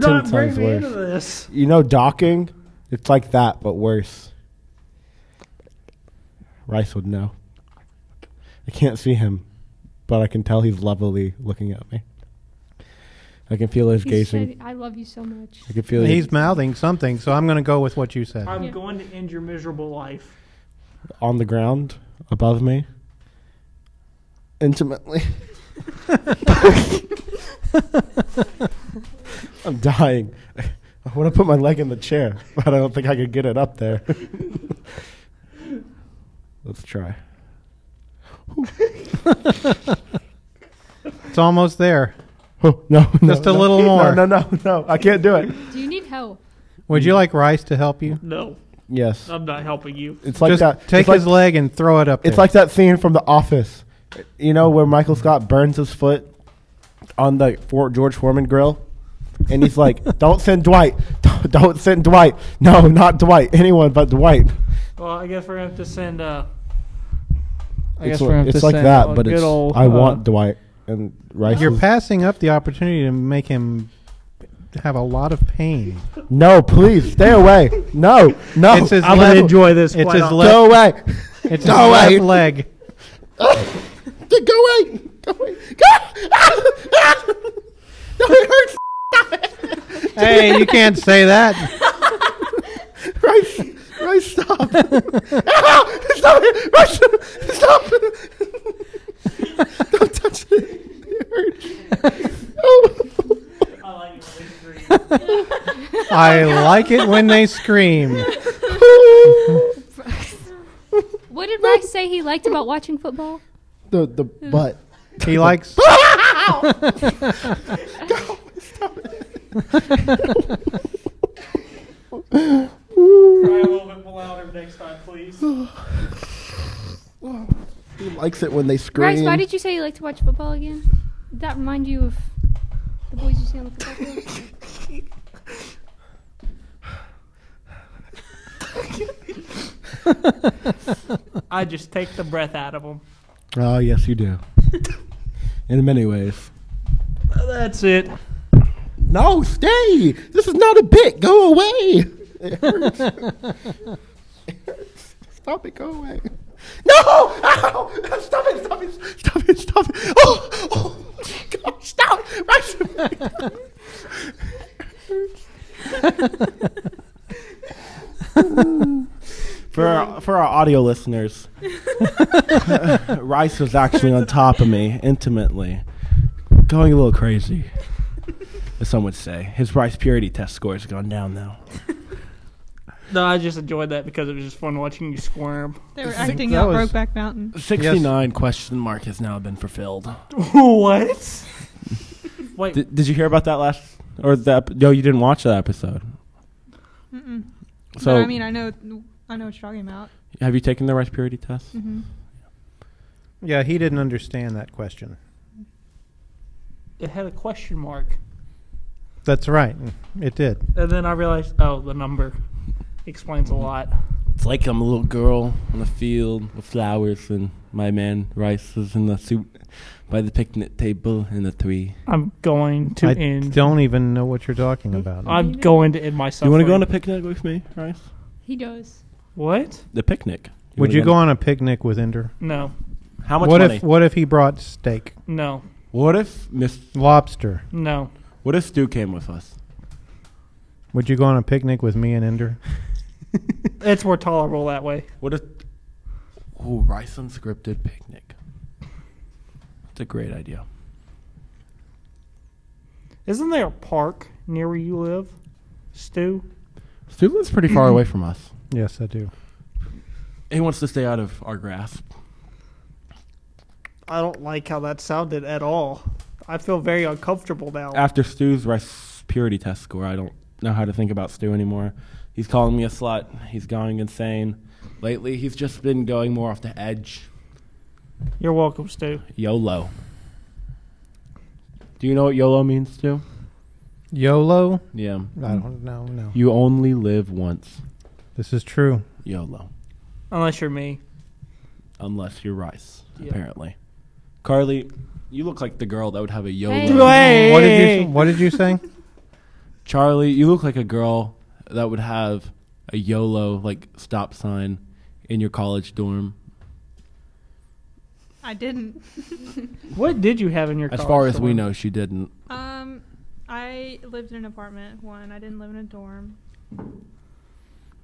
Do ten not bring times me worse. into this. You know, docking. It's like that, but worse. Rice would know. I can't see him, but I can tell he's levelly looking at me. I can feel his He gazing. said, I love you so much. I can feel he's He's mouthing something, so I'm going to go with what you said. I'm Yeah. going to end your miserable life. on the ground above me. Intimately. I'm dying. I want to put my leg in the chair, but I don't think I could get it up there. Let's try. It's almost there. Oh, no, no, Just a no. little more. No, no, no, no. I can't do it. Do you need help? Would Mm. you like Rice to help you? No, Yes. I'm not helping you. It's like Just that. take it's like, his leg and throw it up. It's there. like that scene from The Office, you know, where Michael Scott burns his foot on the Fort George Foreman grill, and he's like, "Don't send Dwight. Don't send Dwight. No, not Dwight. Anyone but Dwight." Well, I guess we're gonna have to send. Uh, I guess it's we're gonna have like, it's to like send that, a but good it's old, I uh, want Dwight and Rice. You're is- passing up the opportunity to make him have a lot of pain. no, please stay away. No, no, It's his I'm left- gonna enjoy this. it's quite his honestly. left- go away. It's his Go left away. leg. Go away. Go away. Go. No, it hurts. Hey, you can't say that. Rice, Rice, stop! Ah, stop it, Rice! Stop! Don't touch it. It hurts. Oh. I like it when they scream. What did Rice say he liked about watching football? the the butt. He likes. Try a little bit louder next time, please. He likes it when they scream. Rice, why did you say you like to watch football again? Did that remind you of the boys you see on the football field? I just take the breath out of them. oh yes, you do. In many ways. That's it. No, stay. This is not a bit. Go away. It hurts. It hurts. Stop it. Go away. No! Ow! Stop it! Stop it! Stop it! Stop it! Oh! Oh! God, stop! Right. for our, for our audio listeners, Rice was actually on top of me intimately, going a little crazy as some would say. His rice purity test score has gone down now. No, I just enjoyed that because it was just fun watching you squirm. They were acting that out was- Brokeback Mountain. 69 question mark has now been fulfilled. what? Wait, Did, did you hear about that last or that? No, you didn't watch that episode. Mm-mm. So but I mean, I know, I know what you're talking about. have you taken the rice purity test? hmm Yeah, he didn't understand that question. it had a question mark. That's right. It did. And then I realized, oh, the number explains a lot. It's like I'm a little girl on a field with flowers, and my man Rice is in the suit by the picnic table in the tree. I'm going to I end. don't even know what you're talking about. I'm going to end my you suffering. want to go on a picnic with me, Rice? He does. What? The picnic. Would you go on a picnic with Ender? No, How much what money? if what if he brought steak, no, what if Miss? lobster? no. What if Stu came with us? Would you go on a picnic with me and Ender? It's more tolerable that way. What if? Oh, Rice unscripted picnic. It's a great idea. Isn't there a park near where you live, Stu? Stu lives pretty far away from us. Yes, I do. He wants to stay out of our grasp. I don't like how that sounded at all. I feel very uncomfortable now. After Stu's rice purity test score, I don't know how to think about Stu anymore. He's calling me a slut. He's going insane. Lately, he's just been going more off the edge. You're welcome, Stu. YOLO. Do you know what YOLO means, Stu? YOLO? Yeah. I don't know. No, You only live once. this is true. YOLO. Unless you're me. Unless you're rice, Yeah. apparently. Carly, you look like the girl that would have a YOLO. Hey! What did you What did you say? Charlie, you look like a girl that would have a YOLO like stop sign in your college dorm. I didn't. What did you have in your As car, far as we Storm? know, she didn't. Um, I lived in an apartment one. I didn't live in a dorm.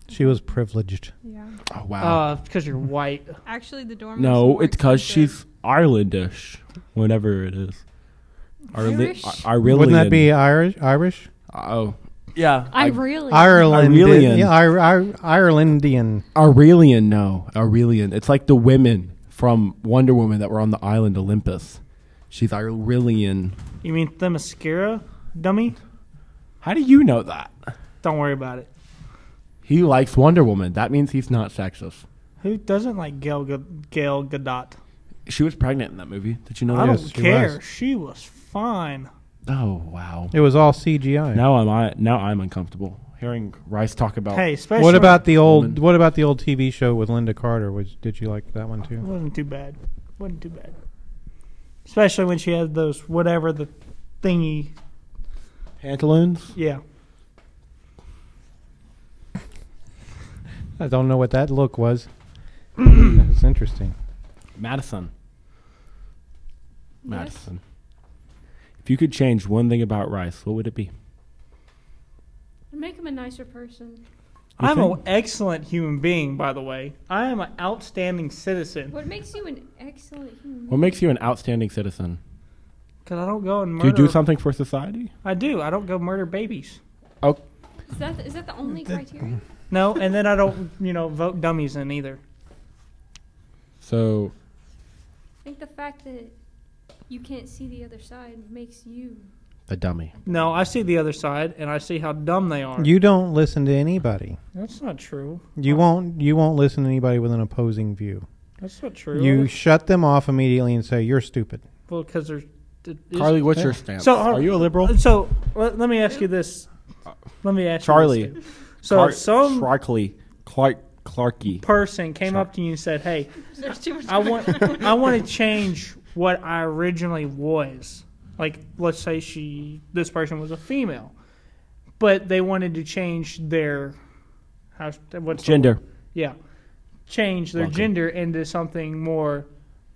she was privileged. Yeah, Oh wow. Uh, because you're white. actually, the dorm. was no, more it's because expensive. she's Irelandish, whatever it is. Irish? Ireland. Wouldn't that be uh, Irish? Irish? Oh, yeah. I really. Ireland. Irelian. Yeah, Ir- Ir- Irelandian. Aurelian, no, Aurelian. It's like the women from Wonder Woman that were on the island Olympus. She's Aurelian. You mean Themyscira, dummy? How do you know that? Don't worry about it. He likes Wonder Woman. That means he's not sexist. Who doesn't like Gail, Ga- Gail Gadot? She was pregnant in that movie. Did you know I that? don't Yes, she care. was. She was fine. Oh wow. It was all CGI. Now I'm I, now I'm uncomfortable hearing Rice talk Oh. about. Hey, special. What about the old? Woman. What about the old TV show with Linda Carter? Was did you like that one too? wasn't too bad. wasn't too bad. Especially when she had those whatever the thingy. Pantaloons? Yeah, I don't know what that look was. it was interesting. Madison. Yes. Madison. If you could change one thing about Rice, what would it be? I'd make him a nicer person. I'm an excellent human being, by the way. I am an outstanding citizen What makes you an excellent human? What makes you an outstanding citizen? because I don't go and Do murder. you do something for society? I do. I don't go murder babies. Is that is that mm. the only criteria? No, and then I don't, you know, vote dummies in either. So I think the fact that you can't see the other side makes you. a dummy. No, I see the other side, and I see how dumb they are. You don't listen to anybody. That's not true. You won't. You won't listen to anybody with an opposing view. That's not true. You shut them off immediately and say you're stupid. well, because there's it is- Carly, what's your stance? So, uh, Are you a liberal? So let, let me ask you this. Let me ask Charlie. You this, dude. so if some Clarkley, Clark, Clarky. person came up to you and said, "Hey, There's too much. I want I want to change what I originally was. Like, let's say she this person was a female, but they wanted to change their how what's the Gender. yeah, change their Welcome. gender into something more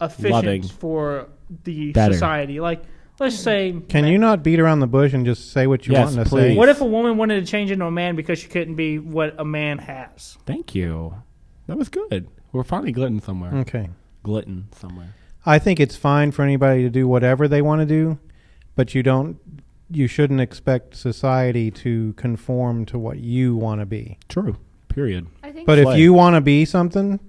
efficient Loving. for the Better. society. Like, let's say, Can you not beat around the bush and just say what you Yes, want to please. say? what if a woman wanted to change into a man because she couldn't be what a man has? Thank you. That was good. We're finally glitting somewhere. Okay. Glitton somewhere. I think it's fine for anybody to do whatever they want to do, but you don't. You shouldn't expect society to conform to what you want to be. True. Period. I think. But Slay. if you want to be something,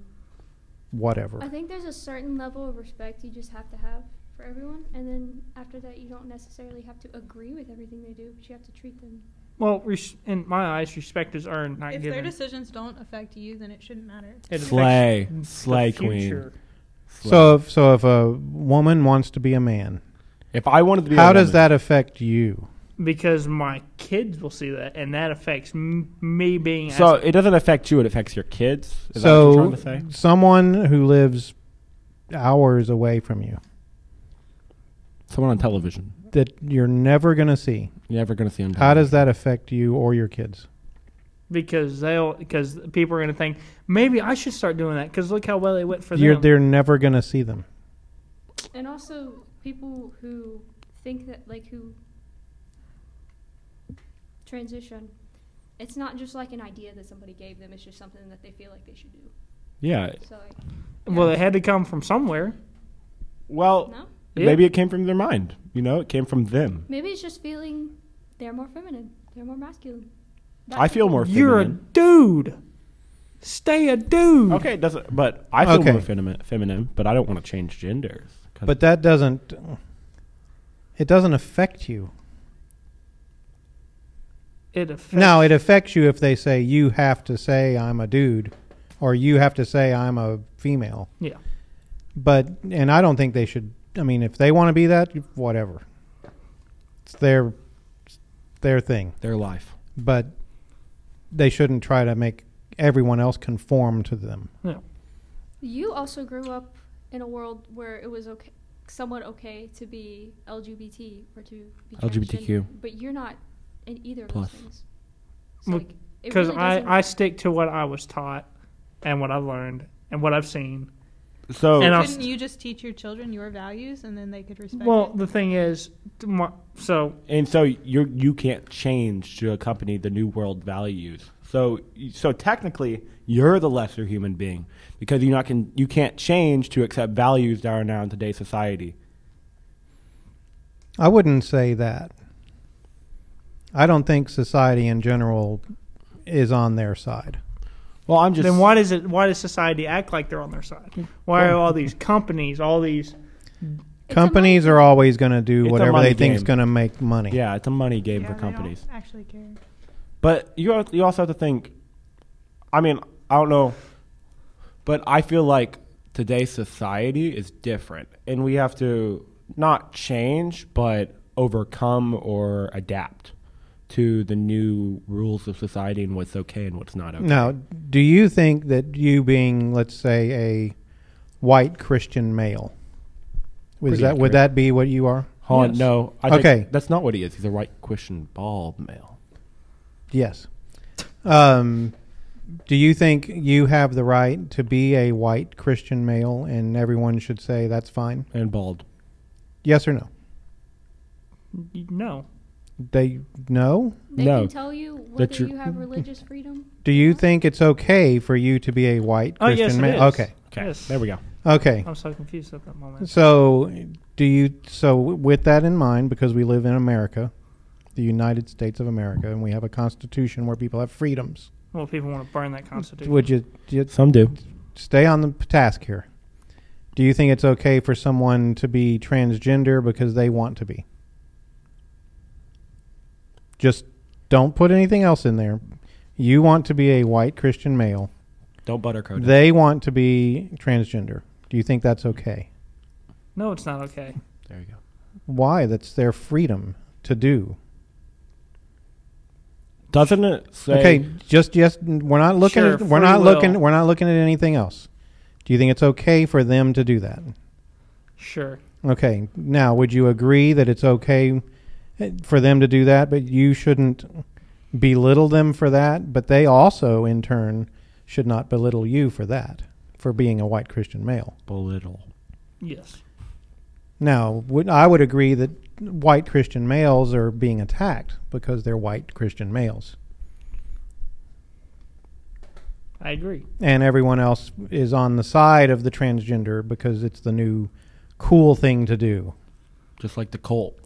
whatever. I think there's a certain level of respect you just have to have for everyone, and then after that, you don't necessarily have to agree with everything they do, but you have to treat them. Well, res- in my eyes, respect is earned, not If their given. decisions don't affect you, then it shouldn't matter. It affects Slay. the Slay, queen. future. Slay. So, if, so if a woman wants to be a man, if I wanted to be, how a does woman- that affect you? because my kids will see that, and that affects m- me being. So as- it doesn't affect you; it affects your kids. Is that what so, you're trying to say? someone who lives hours away from you Someone on television that you're never going to see, you're never going to see on. how does television. that affect you or your kids? because they'll because people are going to think maybe I should start doing that because look how well they went for You're, them. they're never going to see them. And also, people who think that, like, who transition, it's not just like an idea that somebody gave them, it's just something that they feel like they should do. Yeah. So, like, Well, they had to come from somewhere. Well, no? Yeah. maybe it came from their mind. You know, it came from them. Maybe it's just feeling they're more feminine, they're more masculine. I feel more. You're a feminine. dude. Stay a dude. okay. It doesn't but I feel Okay. more feminine, feminine. But I don't want to change genders. 'Cause But that doesn't it doesn't affect you. It affects. No, it affects you if they say you have to say I'm a dude or you have to say I'm a female. Yeah. But and I don't think they should I mean if they want to be that whatever. It's their their thing. their life. But they shouldn't try to make everyone else conform to them. You also grew up in a world where it was okay, somewhat okay to be LGBT or to be LGBTQ. transgender, but you're not in either of Plus. those things. Well, like, it because really doesn't- I I stick to what I was taught and what I've learned and what I've seen. So And I'll Couldn't st- you just teach your children your values and then they could respect Well, it? the thing is, t- my- so and so you you can't change to accompany the new world values. So so technically you're the lesser human being because you not can you can't change to accept values that are now in today's society. I wouldn't say that. I don't think society in general is on their side. Well, I'm just Hmm. then why does it why does society act like they're on their side? Why are all these companies, all these it's a Companies are always going to do It's a whatever money they think is game. going to make money. yeah, it's a money game Yeah, for they companies. Don't actually care. But you al- you also have to think. I mean, I don't know, but I feel like today's society is different, and we have to not change, but overcome or adapt to the new rules of society and what's okay and what's not okay. Now, do you think that you being, let's say, a white Christian male, is Pretty that would accurate. that be what you are? Hold on, Yes. no. I think Okay. That's not what he is. He's a white Christian bald male. Yes. Um, do you think you have the right to be a white Christian male, and everyone should say that's fine? And bald. Yes or no? No. They no. They No. can tell you That whether you're- you have religious freedom. Do you think it's okay for you to be a white Oh, Christian yes, it male? is. Okay. Okay. Yes. There we go. Okay. I'm so confused at that moment. So, do you so with that in mind because we live in America, the United States of America, and we have a constitution where people have freedoms. Well, people want to burn that Constitution. Would you, you Some do. stay on the task here? Do you think it's okay for someone to be transgender because they want to be? Just don't put anything else in there. You want to be a white Christian male. Don't buttercoat. it. They want to be transgender. Do you think that's okay? No, it's not okay. There you go. Why? That's their freedom to do. Doesn't it say? Okay, just just we're not looking Sure, at, we're free not will. looking we're not looking at anything else. Do you think it's okay for them to do that? Sure. Okay. Now, would you agree that it's okay eh, for them to do that, but you shouldn't belittle them for that, but they also in turn should not belittle you for that for being a white Christian male. Belittle. Yes. Now, would, I would agree that white Christian males are being attacked because they're white Christian males. I agree. and everyone else is on the side of the transgender because it's the new cool thing to do. Just like the Colt.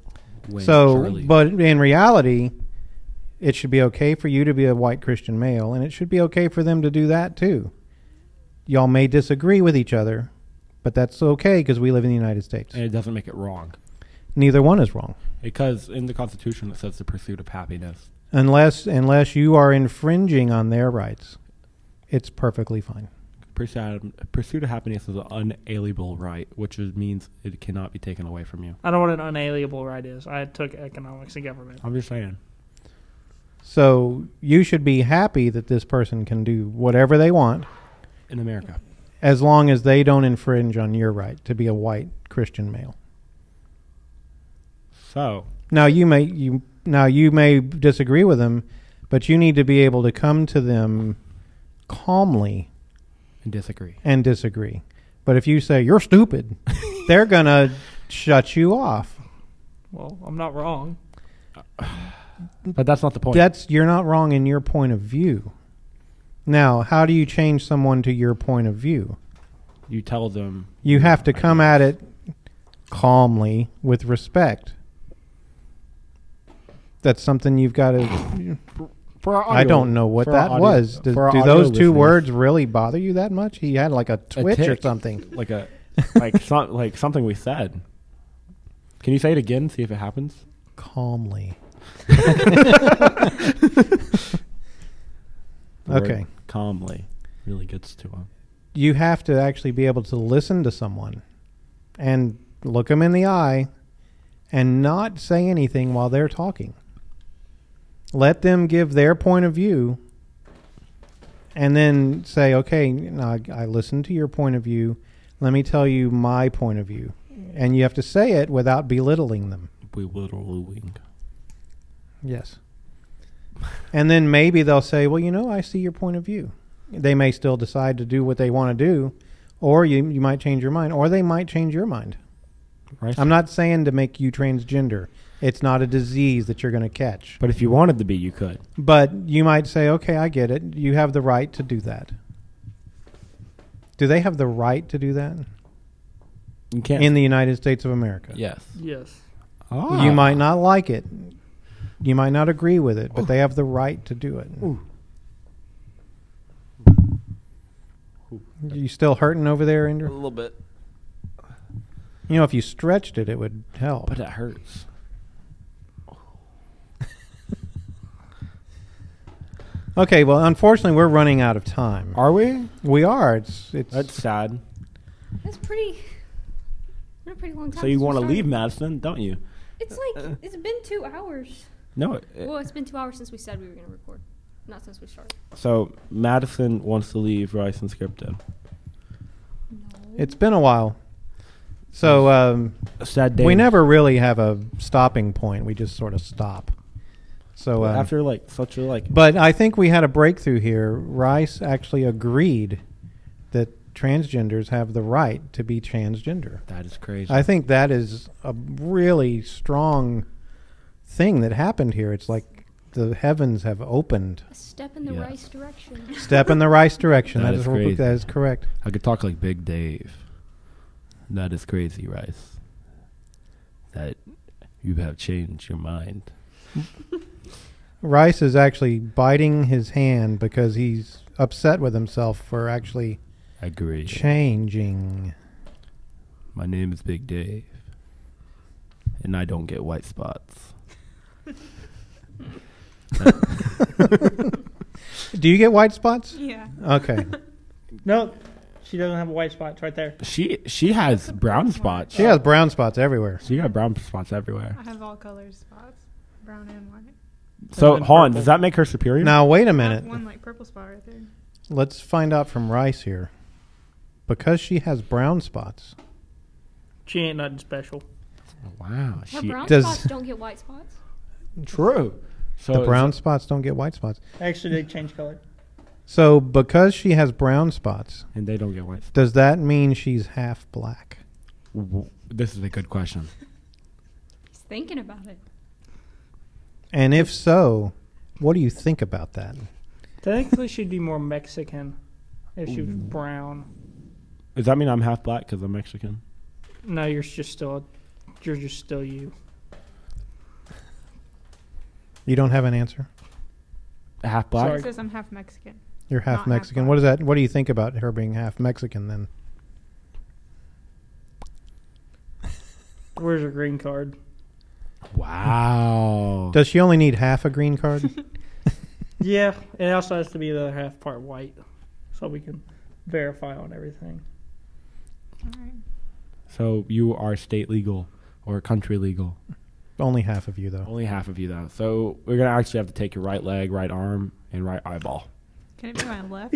when so, Charlie- but in reality, it should be okay for you to be a white Christian male, and it should be okay for them to do that too. Y'all may disagree with each other, but that's okay because we live in the United States. and it doesn't make it wrong Neither one is wrong. because in the Constitution it says the pursuit of happiness. Unless unless you are infringing on their rights, it's perfectly fine. Pursuit pursuit of happiness is an unalienable right, which is, means it cannot be taken away from you. I don't know what an unalienable right is. I took economics and government. I'm just saying. So you should be happy that this person can do whatever they want In America, as long as they don't infringe on your right to be a white Christian male. so Now you may you now you may disagree with them, but you need to be able to come to them calmly I disagree. and disagree. But if you say you're stupid, they're gonna shut you off. Well, I'm not wrong. But that's not the point. That's you're not wrong in your point of view. Now, how do you change someone to your point of view? you tell them You have to come at it calmly with respect. That's something you've got to. For our I don't know what for our that audio- was. Do, for our do audio those two listeners, words really bother you that much? He had like a twitch or tick. something. like a like some, like something we said. Can you say it again? See if it happens. Calmly. The word Okay. calmly really gets to him. You have to actually be able to listen to someone and look them in the eye and not say anything while they're talking. Let them give their point of view and then say, okay, now I, I listened to your point of view. Let me tell you my point of view. And you have to say it without belittling them. We literally wing. Yes. and then maybe they'll say, "Well, you know, I see your point of view." They may still decide to do what they want to do, or you you might change your mind, or they might change your mind. Right. I'm not saying to make you transgender. It's not a disease that you're going to catch. But if you wanted to be, you could. But you might say, "Okay, I get it. You have the right to do that." Do they have the right to do that You can't. in the United States of America? yes. Ah. Yes. You might not like it. You might not agree with it, but they have the right to do it. You still hurting over there, Ender? little bit, You know, if you stretched it, it would help. but uh, it hurts. Okay, well, unfortunately, we're running out of time. Are we? We are. It's it's That's sad. That's pretty. been a pretty long time. So you since we want to started. leave Madison, don't you? It's like it's been two hours. No. Well, it's been two hours since we said we were gonna record, not since we started. So Madison wants to leave Rice and Scripted. It's been a while. So um, A sad day. we never really have a stopping point. We just sort of stop. So um, after like such a like. But I think we had a breakthrough here. Rice actually agreed that transgenders have the right to be transgender. That is crazy. I think that is a really strong thing that happened here. It's like the heavens have opened. A step in the Yeah. right direction. Step in the Rice direction. That that is, is is crazy. that is correct. I could talk like Big Dave. That is crazy, Rice. That you have changed your mind. Rice is actually biting his hand because he's upset with himself for actually Agree. changing. My name is Big Dave, and I don't get white spots. Do you get white spots? Yeah. Okay. No, she doesn't have a white spot. It's right there. She she has brown spots. She has brown spots everywhere. She got brown spots everywhere. I have all colors spots, brown and white. So And hold on, purple. does that make her superior? Now, wait a I have minute. One like purple spot right there. Let's find out from Rice here. Because she has brown spots, She ain't nothing special. Wow. Her She, brown does- spots don't get white spots. true. So the brown spots don't get white spots. Actually, they change color. So, because she has brown spots, and they don't get white. spots. does that mean she's half black? W- This is a good question. He's thinking about it. And if so, what do you think about that? Technically, she'd be more Mexican if she was brown. Does that mean I'm half black because I'm Mexican? No, you're just still, a- you're just still you. You don't have an answer. Half black. Sorry. It says I'm half Mexican. You're half Not half Mexican. what is that? What do you think about her being half Mexican then? Where's her green card? Wow. Does she only need half a green card? Yeah, it also has to be the other half part white, so we can verify on everything. All right. So you are state legal or country legal. only half of you though. Only half of you though. So we're gonna actually have to take your right leg, right arm, and right eyeball. Can it be my left?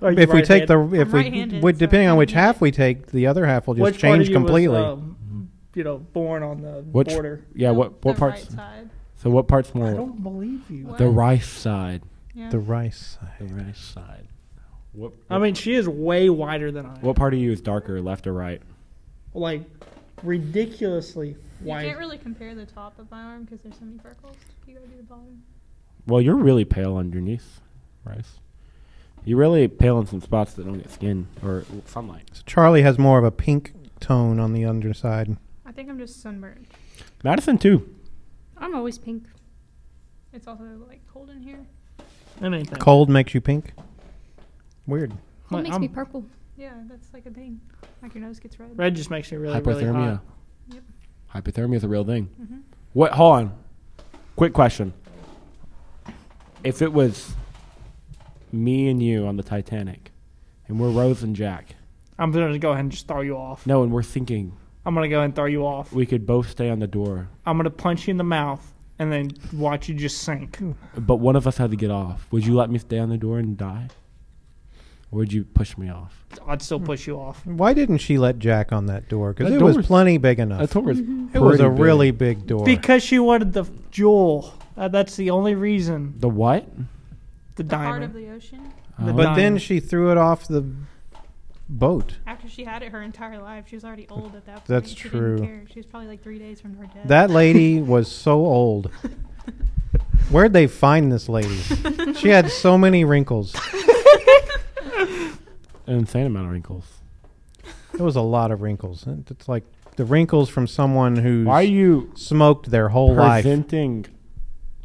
Are you If we right take handed? the if we right-handed, would so depending I on which need half it. we take, the other half will just Which part of change you was, completely. um, you know, born on the Which- border. Yeah. No, What what the parts? Right side. So what parts I more? don't believe you. What? The rice side. Yeah. the rice side. The rice side. What? I mean, she is way wider than I. am. what part of you is darker, left or right? Like ridiculously you wide. can't really compare the top of my arm because there's so many freckles. You gotta do the bottom. Well, you're really pale underneath, rice. You're really pale in some spots that don't get skin or sunlight. So Charlie has more of a pink tone on the underside. I think I'm just sunburned. Madison too. I'm always pink. It's also like cold in here. It ain't that. Cold makes you pink. Weird. What Like, makes I'm- me purple? Yeah, that's like a thing. Like your nose gets red. Red just makes me really, really Hypothermia. hot. Yep. Hypothermia is a real thing. Mhm. What? Hold on. Quick question. If it was me and you on the Titanic, and we're Rose and Jack, I'm gonna go ahead and just throw you off. no, and we're thinking I'm gonna go ahead and throw you off. we could both stay on the door, I'm gonna punch you in the mouth and then watch you just sink. Hmm. but one of us had to get off. Would you let me stay on the door and die, or would you push me off? I'd still push you off. Why didn't she let Jack on that door? Because That it door was was- plenty big enough. door is It was a pretty big. really big door. Because she wanted the jewel. Uh, that's the only reason. the what? The, The heart of diamond. the ocean. The but then diamond. she threw it off the boat. After she had it her entire life, she was already old at that point. That's she true. Didn't care. She was probably like three days from her death. That lady was so old. Where'd they find this lady? She had so many wrinkles. An insane amount of wrinkles. It was a lot of wrinkles. It's like the wrinkles from someone who Why are you smoked their whole life. presenting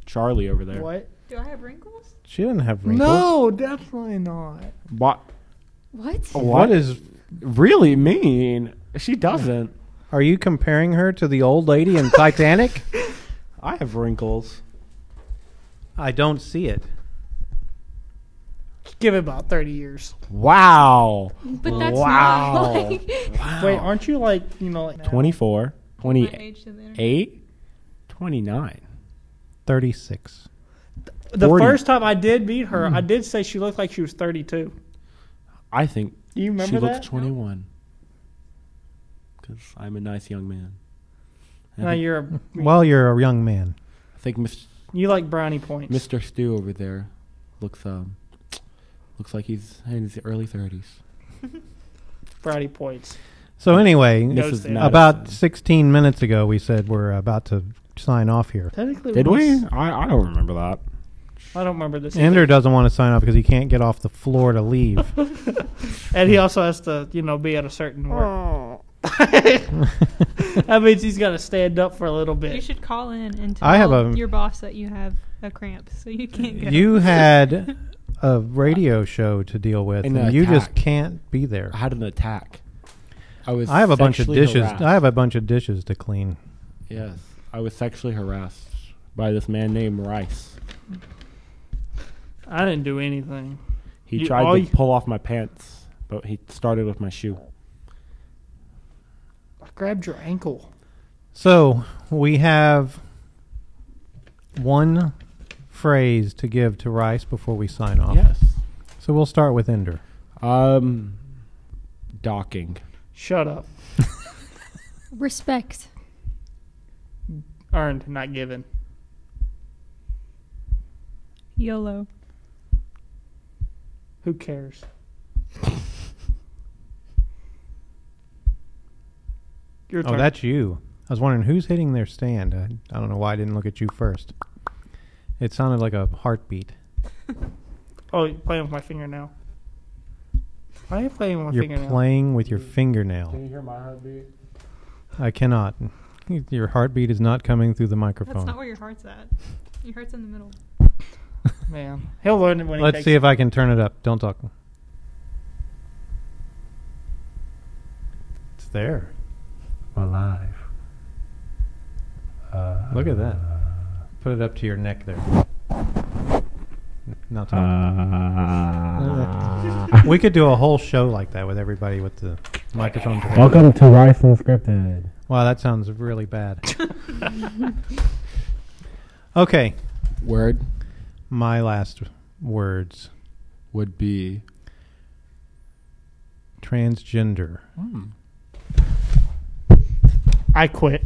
Charlie over there? What? Do I have wrinkles? She didn't have wrinkles. No, definitely not. What? What? What is? really mean? She doesn't. Are you comparing her to the old lady in Titanic? I have wrinkles. I don't see it. Give it about 30 years. Wow. But that's Wow. not like Wait, aren't you like, you know, like Twenty-four. What 28, age did they enter? 29. 36. The 40. first time I did meet her, I did say she looked like she was 32. I think Do you remember she that? looks 21 because I'm a nice young man. No, I, think, you're a, Well, you're a young man. I think Mis- you like brownie points. Mr. Stu over there looks um looks like he's in his early 30s. Brownie points. So anyway, Those Mrs. things. Madison. about 16 minutes ago, we said we're about to sign off here. Technically, did we? was- I, I don't remember that. I don't remember this. Ender doesn't want to sign off because he can't get off the floor to leave. And he also has to, you know, be at a certain work. that means he's got to stand up for a little You bit. should call in and tell I have a- your boss that you have a cramp, so you can't go. you had a radio show to deal with, And and, an you just attack. can't be there. I had an attack. I was. I have a bunch of sexually dishes. harassed. I have a bunch of dishes to clean. Yes, I was sexually harassed by this man named Rice. I didn't do anything. He You- all tried to you- pull off my pants, but he started with my shoe. I grabbed your ankle. So we have one phrase to give to Rice before we sign off. Yes. So we'll start with Ender. Um, docking. Shut up. Respect. Earned, not given. YOLO. Who cares? Your Oh, turn. that's you. I was wondering who's hitting their stand. I, I don't know why I didn't look at you first. It sounded like a heartbeat. Oh, you're playing with my finger now. Why are you playing with my You're finger now? playing with your fingernail. you hear my heartbeat? I cannot. Your heartbeat is not coming through the microphone. That's not where your heart's at. Your heart's in the middle. Man, he'll learn it when he Let's takes see if I can turn it up. Don't talk. It's there. My life. Look at that. Put it up to your neck there. Now talk. Uh, we could do a whole show like that with everybody with the microphone. to their- Welcome to Rice Unscripted. Wow, that sounds really bad. okay, Word my last words would be. transgender. I quit.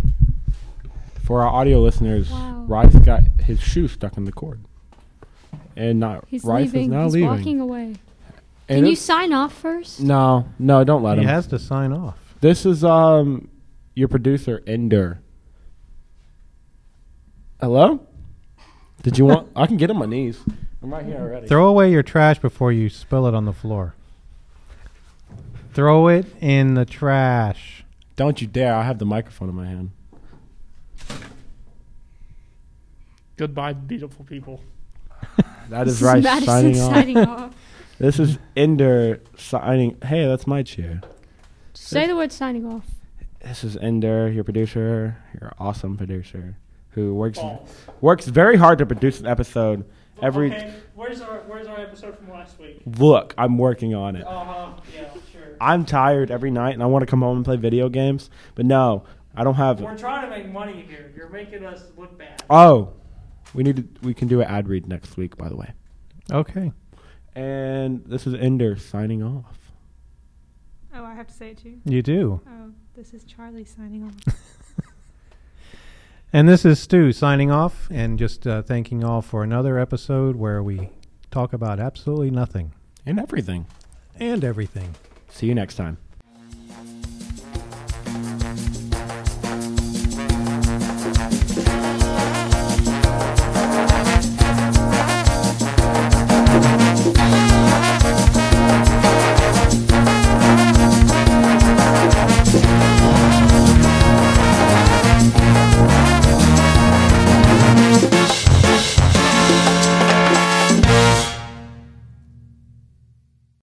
For our audio listeners, Wow. Rice got his shoe stuck in the cord, and not He's Rice leaving. is now He's leaving. walking away. And Can you it's- sign off first? no, no, don't let He him. has to sign off. This is um your producer Ender. Hello. Did you want? I can get on my knees. I'm right here already. Throw away your trash before you spill it on the floor. Throw it in the trash. Don't you dare! I have the microphone in my hand. Goodbye, beautiful people. That is This Rice Madison signing off. signing off. This is Ender signing. Hey, that's my chair. Say the word signing off. This is Ender, your producer, your awesome producer, who works works very hard to produce an episode. Every where's our Where's our episode from last week? look, I'm working on it. Uh huh. Yeah, sure. I'm tired every night, and I want to come home and play video games, but no, I don't have. trying to make money here. You're making us look bad. Oh, we need to. We can do an ad read next week, by the way. Okay. And this is Ender signing off. Oh, I have to say it too. You do. Oh, this is Charlie signing off. And this is Stu signing off and just uh, thanking all for another episode where we talk about absolutely nothing And everything. and everything. See you next time.